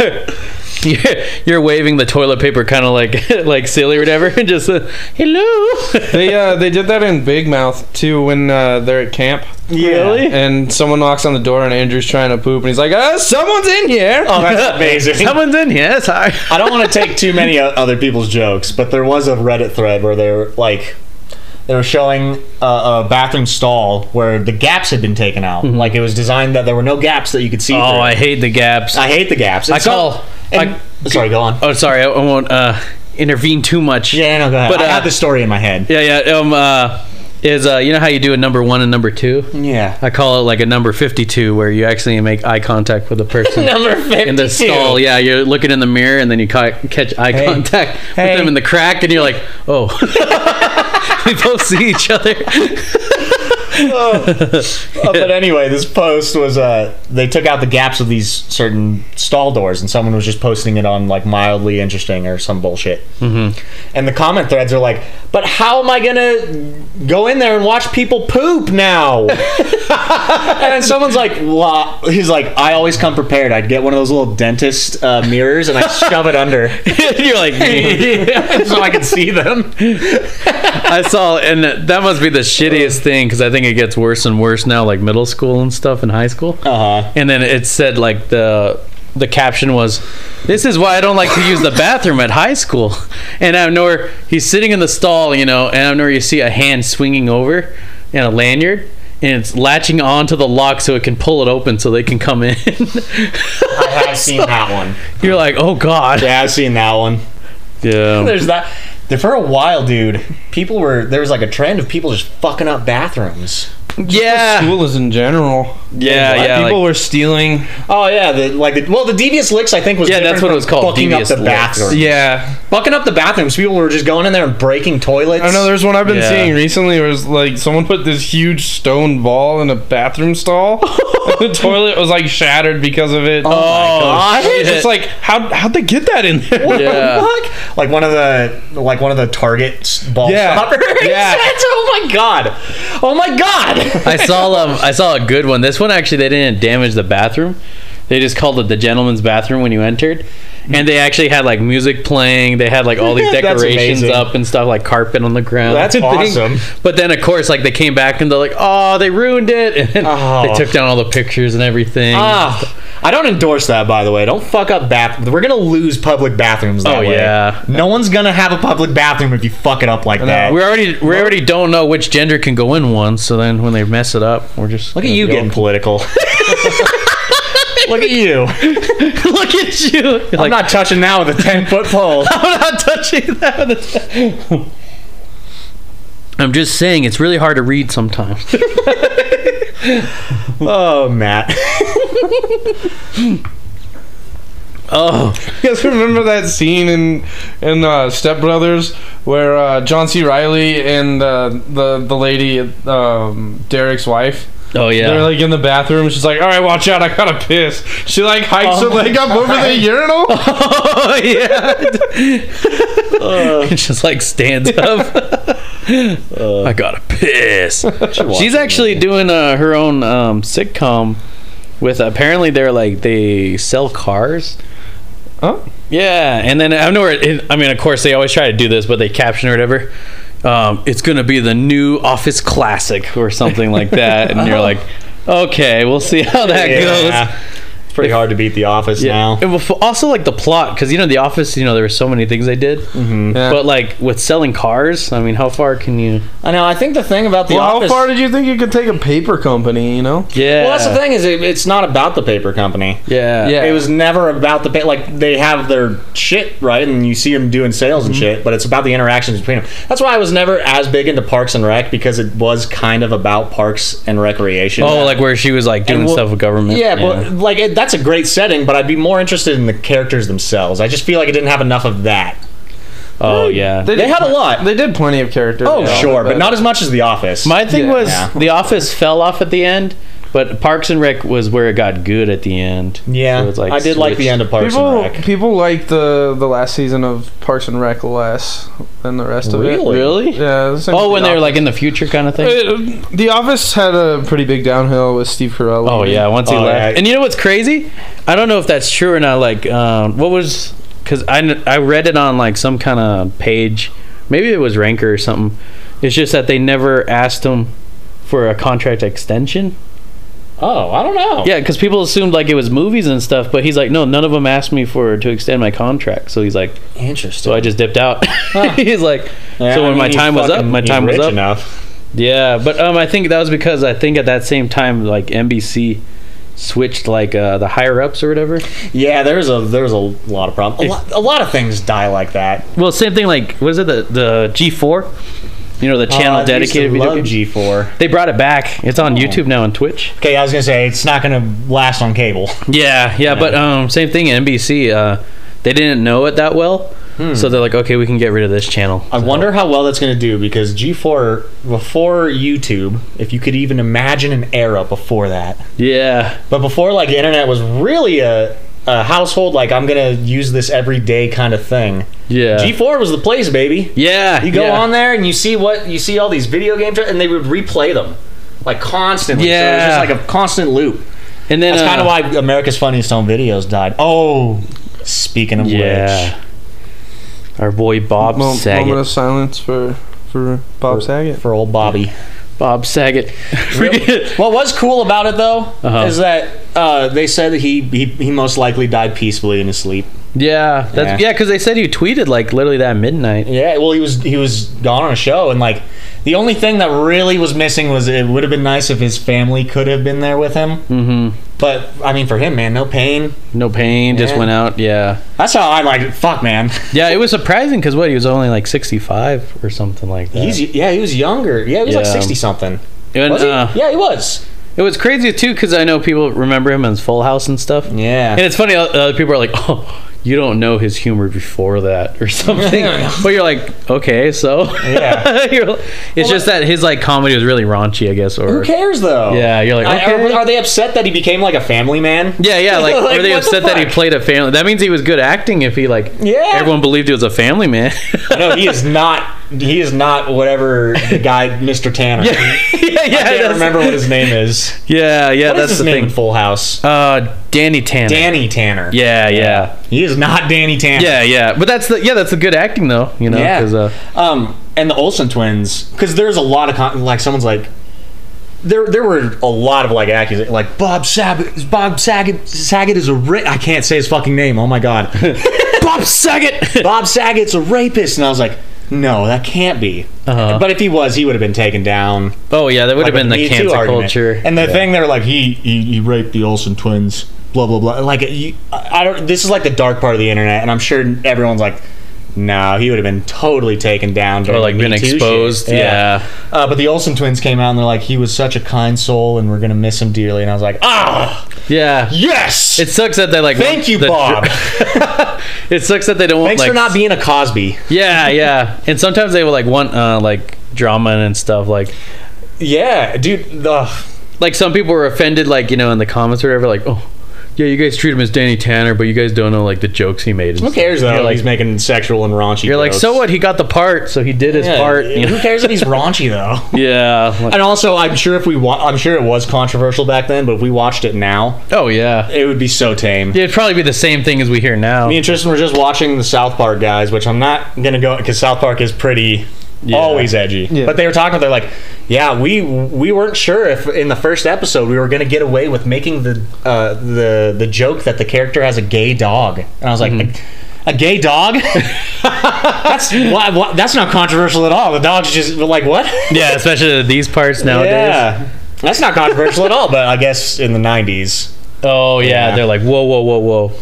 you're, you're waving the toilet paper kind of like like silly or whatever, and just uh, hello.
They uh, they did that in Big Mouth too when uh, they're at camp
Yeah.
Really?
and someone knocks on the door and Andrew's trying to poop and he's like, uh, someone's in here.
Oh, that's amazing.
Someone's in here. Sorry.
I don't want to take too many o- other people's jokes, but there was a Reddit thread where they were like, they were showing a, a bathroom stall where the gaps had been taken out. Like it was designed that there were no gaps that you could see.
Mm-hmm. Oh,
through.
I hate the gaps.
I hate the gaps. And
I call-
and- sorry, go on.
Oh, sorry, I, I won't uh, intervene too much.
Yeah, no, go ahead.
But,
I
uh,
had the story in my head.
yeah, yeah. Um, uh, is uh, you know how you do a number one and number two?
Yeah.
I call it like a number fifty-two, where you actually make eye contact with the person
Number 52.
in the stall. Yeah, you're looking in the mirror, and then you ca- catch eye
Hey.
contact
Hey.
with them in the crack, and you're like, oh. we both see each other.
Uh, but anyway, this post was uh, they took out the gaps of these certain stall doors, and someone was just posting it on like mildly interesting or some bullshit. Mm-hmm. And the comment threads are like, "But how am I gonna go in there and watch people poop now?" and then someone's like, "Well," he's like, "I always come prepared. I'd get one of those little dentist uh, mirrors and I shove it under
you're like,
so I can see them."
I saw, and that must be the shittiest thing because I think it gets worse and worse now, like middle school and stuff, and high school.
Uh huh.
and then it said like the the caption was this is why i don't like to use the bathroom at high school and i know where he's sitting in the stall you know and i know where you see a hand swinging over and a lanyard and it's latching onto the lock so it can pull it open so they can come in
I have seen that one.
you're like oh god
Yeah, I've seen that one.
yeah
There's that. There for a while, dude. People were there was like a trend of people just fucking up bathrooms.
yeah
School is in general.
yeah
Like,
yeah
people
like-
were stealing.
Oh yeah, the, like the, well, the devious licks I think was
Yeah, that's
different
what it
from
was called,
Fucking
devious
up the
licks.
bathrooms.
Yeah.
Fucking up the bathrooms. People were just going in there and breaking toilets.
I know there's one I've been
Yeah.
seeing recently where it's like someone put this huge stone ball in a bathroom stall. and the toilet was like shattered because of it.
oh
God.
shit.
It's like how how'd they get that in there?
What
Yeah.
the fuck? Like one of the like one of the Target s- ball
Yeah.
stoppers.
Yeah.
That's- oh my god. Oh my god.
I saw um, I saw a good one. This one actually they didn't damage the bathroom. They just called it the gentleman's bathroom when you entered. and they actually had like music playing. They had like all these
That's
decorations
amazing.
up and stuff, like carpet on the ground.
That's
and things.
awesome.
But then, of course, like they came back and they're like, "Oh, they ruined it," and then
Oh.
they took down all the pictures and everything.
Ah, I don't endorse that, by the way. Don't fuck up bath. We're gonna lose public bathrooms. That
Oh,
way.
yeah.
No one's gonna have a public bathroom if you fuck it up like that.
we already we already don't know which gender can go in one. So then, when they mess it up, we're just
Look at you getting political. Look at you.
look at you. Like,
I'm not touching that with a ten foot pole.
I'm not touching that. I'm just saying it's really hard to read sometimes.
Oh, Matt.
Oh,
You guys remember that scene in in uh, Step Brothers where uh, John C. Riley and uh, the the lady, um, Derek's wife,
oh
they're
yeah.
like in the bathroom. She's like, "All right, watch out, I gotta piss." She like hikes her
Oh
leg up over the urinal.
oh uh. yeah. It just like stands up. I gotta piss. She's actually doing uh, her own um, sitcom with. Apparently, they're like they sell cars.
Oh.
Yeah, and then I know it, it. I mean, of course, they always try to do this, but they caption or whatever. Um, it's gonna be the new Office Classic or something like that, and you're like, okay, we'll see how that goes.
It's pretty hard to beat The Office
Yeah.
now.
And befo- also like the plot, because you know the Office, you know there were so many things they did,
Mm-hmm.
Yeah.
but like with selling cars, I mean, how far can you?
I know. I think the thing about The
well, how far did you think you could take a paper company? You know,
Yeah.
well, that's the thing is it, it's not about the paper company.
Yeah.
Yeah.
It was never about the pa- like they have their shit right, and you see them doing sales and shit, but it's about the interactions between them. That's why I was never as big into Parks and Rec because it was kind of about parks and recreation.
Oh, like where she was like doing
And well-
stuff with government.
Yeah, but like it, that's a great setting, but I'd be more interested in the characters themselves. I just feel like it didn't have enough of that.
oh yeah.
They had a
pl-
lot.
They did plenty of character.
Oh,
development,
sure, but not as much as The Office.
My thing
Yeah.
was
Yeah.
The Office fell off at the end, but Parks and Rec was where it got good at the end.
yeah,
So it's, like,
I did like the
switched.
end of Parks
People,
and Rec.
people like the the last season of Parks and Rec less than the rest of it.
Really?
Really?
Yeah. the same
Oh,
with
when
The
they were
Office.
like in the future kind of thing.
Uh, the Office had a pretty big downhill with Steve Carell.
Oh yeah, once he
Oh,
left.
yeah.
And you know what's crazy? I don't know if that's true or not. Like, um, what was? Because I kn- I read it on like some kind of page. Maybe it was Ranker or something. It's just that they never asked him for a contract extension.
Oh, I don't know.
Yeah, because people assumed like it was movies and stuff, but he's like, no, none of them asked me for to extend my contract. So he's like,
interesting.
so I just dipped out. he's like,
Yeah,
so
I
when
mean,
my
he's
time was up,
fucking-
my
he's
time was
rich
up.
Enough.
Yeah, but um, I think that was because I think at that same time, like NBC switched like uh, the higher ups or whatever.
Yeah, there's a there's a lot of problems. A, lot- a lot of things die like that.
Well, same thing. Like, what is it? The the G four, you know, the channel
Uh, I used
dedicated
to
video
love Oh.
games.
G4.
They brought it back. It's on YouTube now and Twitch.
Okay, I was gonna say it's not gonna last on cable.
Yeah, yeah, but um, same thing. at NBC, uh, they didn't know it that well, so they're like, okay, we can get rid of this channel.
Hmm. I wonder how well that's gonna do because G4 before YouTube, if you could even imagine an era before that,
Yeah,
but before like the internet was really a, a household like I'm gonna use this every day kind of thing.
yeah,
G4 was the place, baby.
yeah.
You go
yeah.
on there and you see what you see all these video games and they would replay them like constantly.
Yeah.
so it was just like a constant loop.
and then
That's
uh,
kind of why America's Funniest Home Videos died. Oh, speaking of
Yeah, our boy Bob
Mo- moment
Saget.
of silence for for Bob Saget.
which, for old Bobby.
Bob Saget. Forget-
What was cool about it though
Uh-huh.
is that uh, they said that he, he he most likely died peacefully in his sleep.
yeah, that's,
Yeah.
yeah, because they said you tweeted like literally that midnight.
Yeah, well, he was he was gone on a show, and like the only thing that really was missing was it would have been nice if his family could have been there with him.
Mm-hmm.
But I mean, for him, man, no pain.
No pain, just
Yeah.
went out. Yeah.
That's how I like it. Fuck, man.
Yeah, it was surprising because what he was only like sixty-five or something like that.
He's yeah, he was younger. Yeah, he was like
Yeah.
sixty something.
And,
Was he?
uh,
yeah, he was.
It was crazy too because I know people remember him as Full House and stuff.
Yeah.
And it's funny, o- other people are like, "Oh, you don't know his humor before that or something," but you're like, "Okay, so."
Yeah.
You're like- it's just that his like comedy was really raunchy, I guess. Or
Who cares though?
Yeah, you're like,
I-
okay.
are, are they upset that he became like a family man?
yeah, yeah. Like,
Like,
were they
what the
upset that he
fuck?
played a family? That means he was good acting if he like.
Yeah.
Everyone believed he was a family man.
no, he is not He is not whatever the guy, Mr. Tanner.
yeah, yeah,
I can't
that's-
remember what his name is.
Yeah, yeah,
What is
that's
his
the
name
thing.
in Full House?
Uh, Danny Tanner.
Danny Tanner.
Yeah, yeah,
He is not Danny Tanner.
yeah, yeah. But that's the yeah, that's the good acting though. You know,
Yeah.
'cause, uh,
Um, and the Olsen twins, because there's a lot of con- like someone's like, there there were a lot of like accusations like Bob Saget, Bob Saget, Saget is a ra- I can't say his fucking name. Oh my god, Bob Saget, Bob Saget's a rapist, and I was like, no, that can't be.
Uh-huh.
But if he was, he would have been taken down.
oh yeah, that would have
Like,
been
with Me
the
Too
cancel
argument.
culture.
And the thing they're like, he, he he raped the Olsen twins. Blah blah blah. Like you, I I don't. This is like the dark part of the internet, and I'm sure everyone's like, no, he would have been totally taken down.
or
during
like
the
been
Me Too shit."
exposed. Yeah.
Uh, but the Olsen twins came out and they're like, he was such a kind soul, and we're gonna miss him dearly. And I was like, ah,
yeah,
yes.
It sucks that they like.
Thank
want
you,
the-
Bob.
it sucks that they don't.
Thanks
want,
for
like,
not being a Cosby.
Yeah, yeah. And sometimes they will like want uh like drama and stuff like
Yeah, dude. The
like some people were offended like, you know, in the comments or whatever like, "Oh, yeah, you guys treat him as Danny Tanner, but you guys don't know like the jokes he made." and
who
stuff."
cares though?
You're like,
he's making sexual and raunchy.
you're like,
jokes.
"So what? He got the part, so he did his
Yeah,
part." You
Who
know?
cares if he's raunchy though?
Yeah. like-
And also, I'm sure if we, wa- I'm sure it was controversial back then, but if we watched it now,
oh yeah.
it would be so tame.
It'd probably be the same thing as we hear now.
Me and Tristan were just watching the South Park guys, which I'm not gonna go because South Park is pretty always edgy. But they were talking about they're like, yeah, we we weren't sure if in the first episode we were gonna get away with making the uh, the the joke that the character has a gay dog, and I was like.
Mm-hmm.
A gay dog? that's why, why, that's not controversial at all. The dog's just like what?
yeah, especially these parts nowadays.
Yeah. That's not controversial at all, but I guess in the 90s.
Oh yeah,
Yeah.
they're like, "Whoa, whoa, whoa, whoa."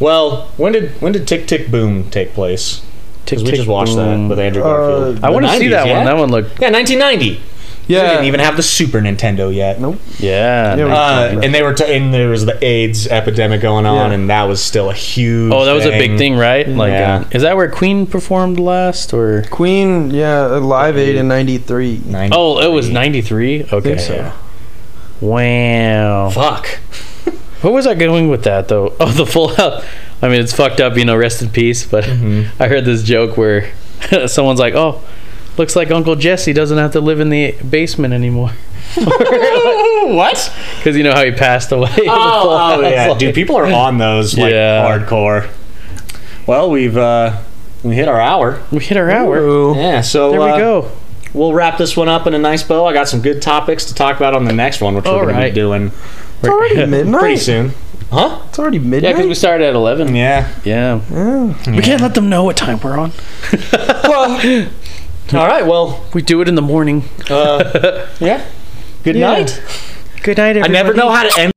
Well, when did when did Tick Tick Boom take place?
Tick,
Because we
tick,
just watched
boom.
that with Andrew Garfield.
I want to see
90s,
that
yeah?
one. That one looked
Yeah, 1990. We
Yeah.
didn't even have the Super Nintendo yet.
Nope.
yeah.
Yeah, we-
Uh, and they were t- and there was the AIDS epidemic going on,
Yeah.
and that was still a huge.
Oh, that was a big thing, right? Like,
Yeah.
uh, is that where Queen performed last, or?
Queen, yeah, Live Aid in '93.
90.
Oh, it was '93. Okay.
think so.
Wow.
fuck.
Where was I going with that though? Oh, the Full House. I mean, it's fucked up, you know. Rest in peace. But I heard this joke where someone's like, "Oh, looks like Uncle Jesse doesn't have to live in the basement anymore
what?
because you know how he passed away." in the Full
Oh,
House."
yeah,
Like,
dude. People are on those like
Yeah.
hardcore. Well, we've uh, we hit our hour.
we hit our hour.
Ooh.
Yeah, so
There we
uh,
go.
we'll wrap this one up in a nice bow. I got some good topics to talk about on the next one, which
All
we're going to
right.
be doing
It's already midnight.
pretty soon. Huh?
It's already
Yeah, because we
midnight.
started at eleven.
Yeah.
Yeah.
Yeah.
we can't let them know what time we're on.
Well, all right. Well,
We do it in the morning.
uh, yeah. Good
Yeah.
night.
Good night,
I
everybody.
never know how to end.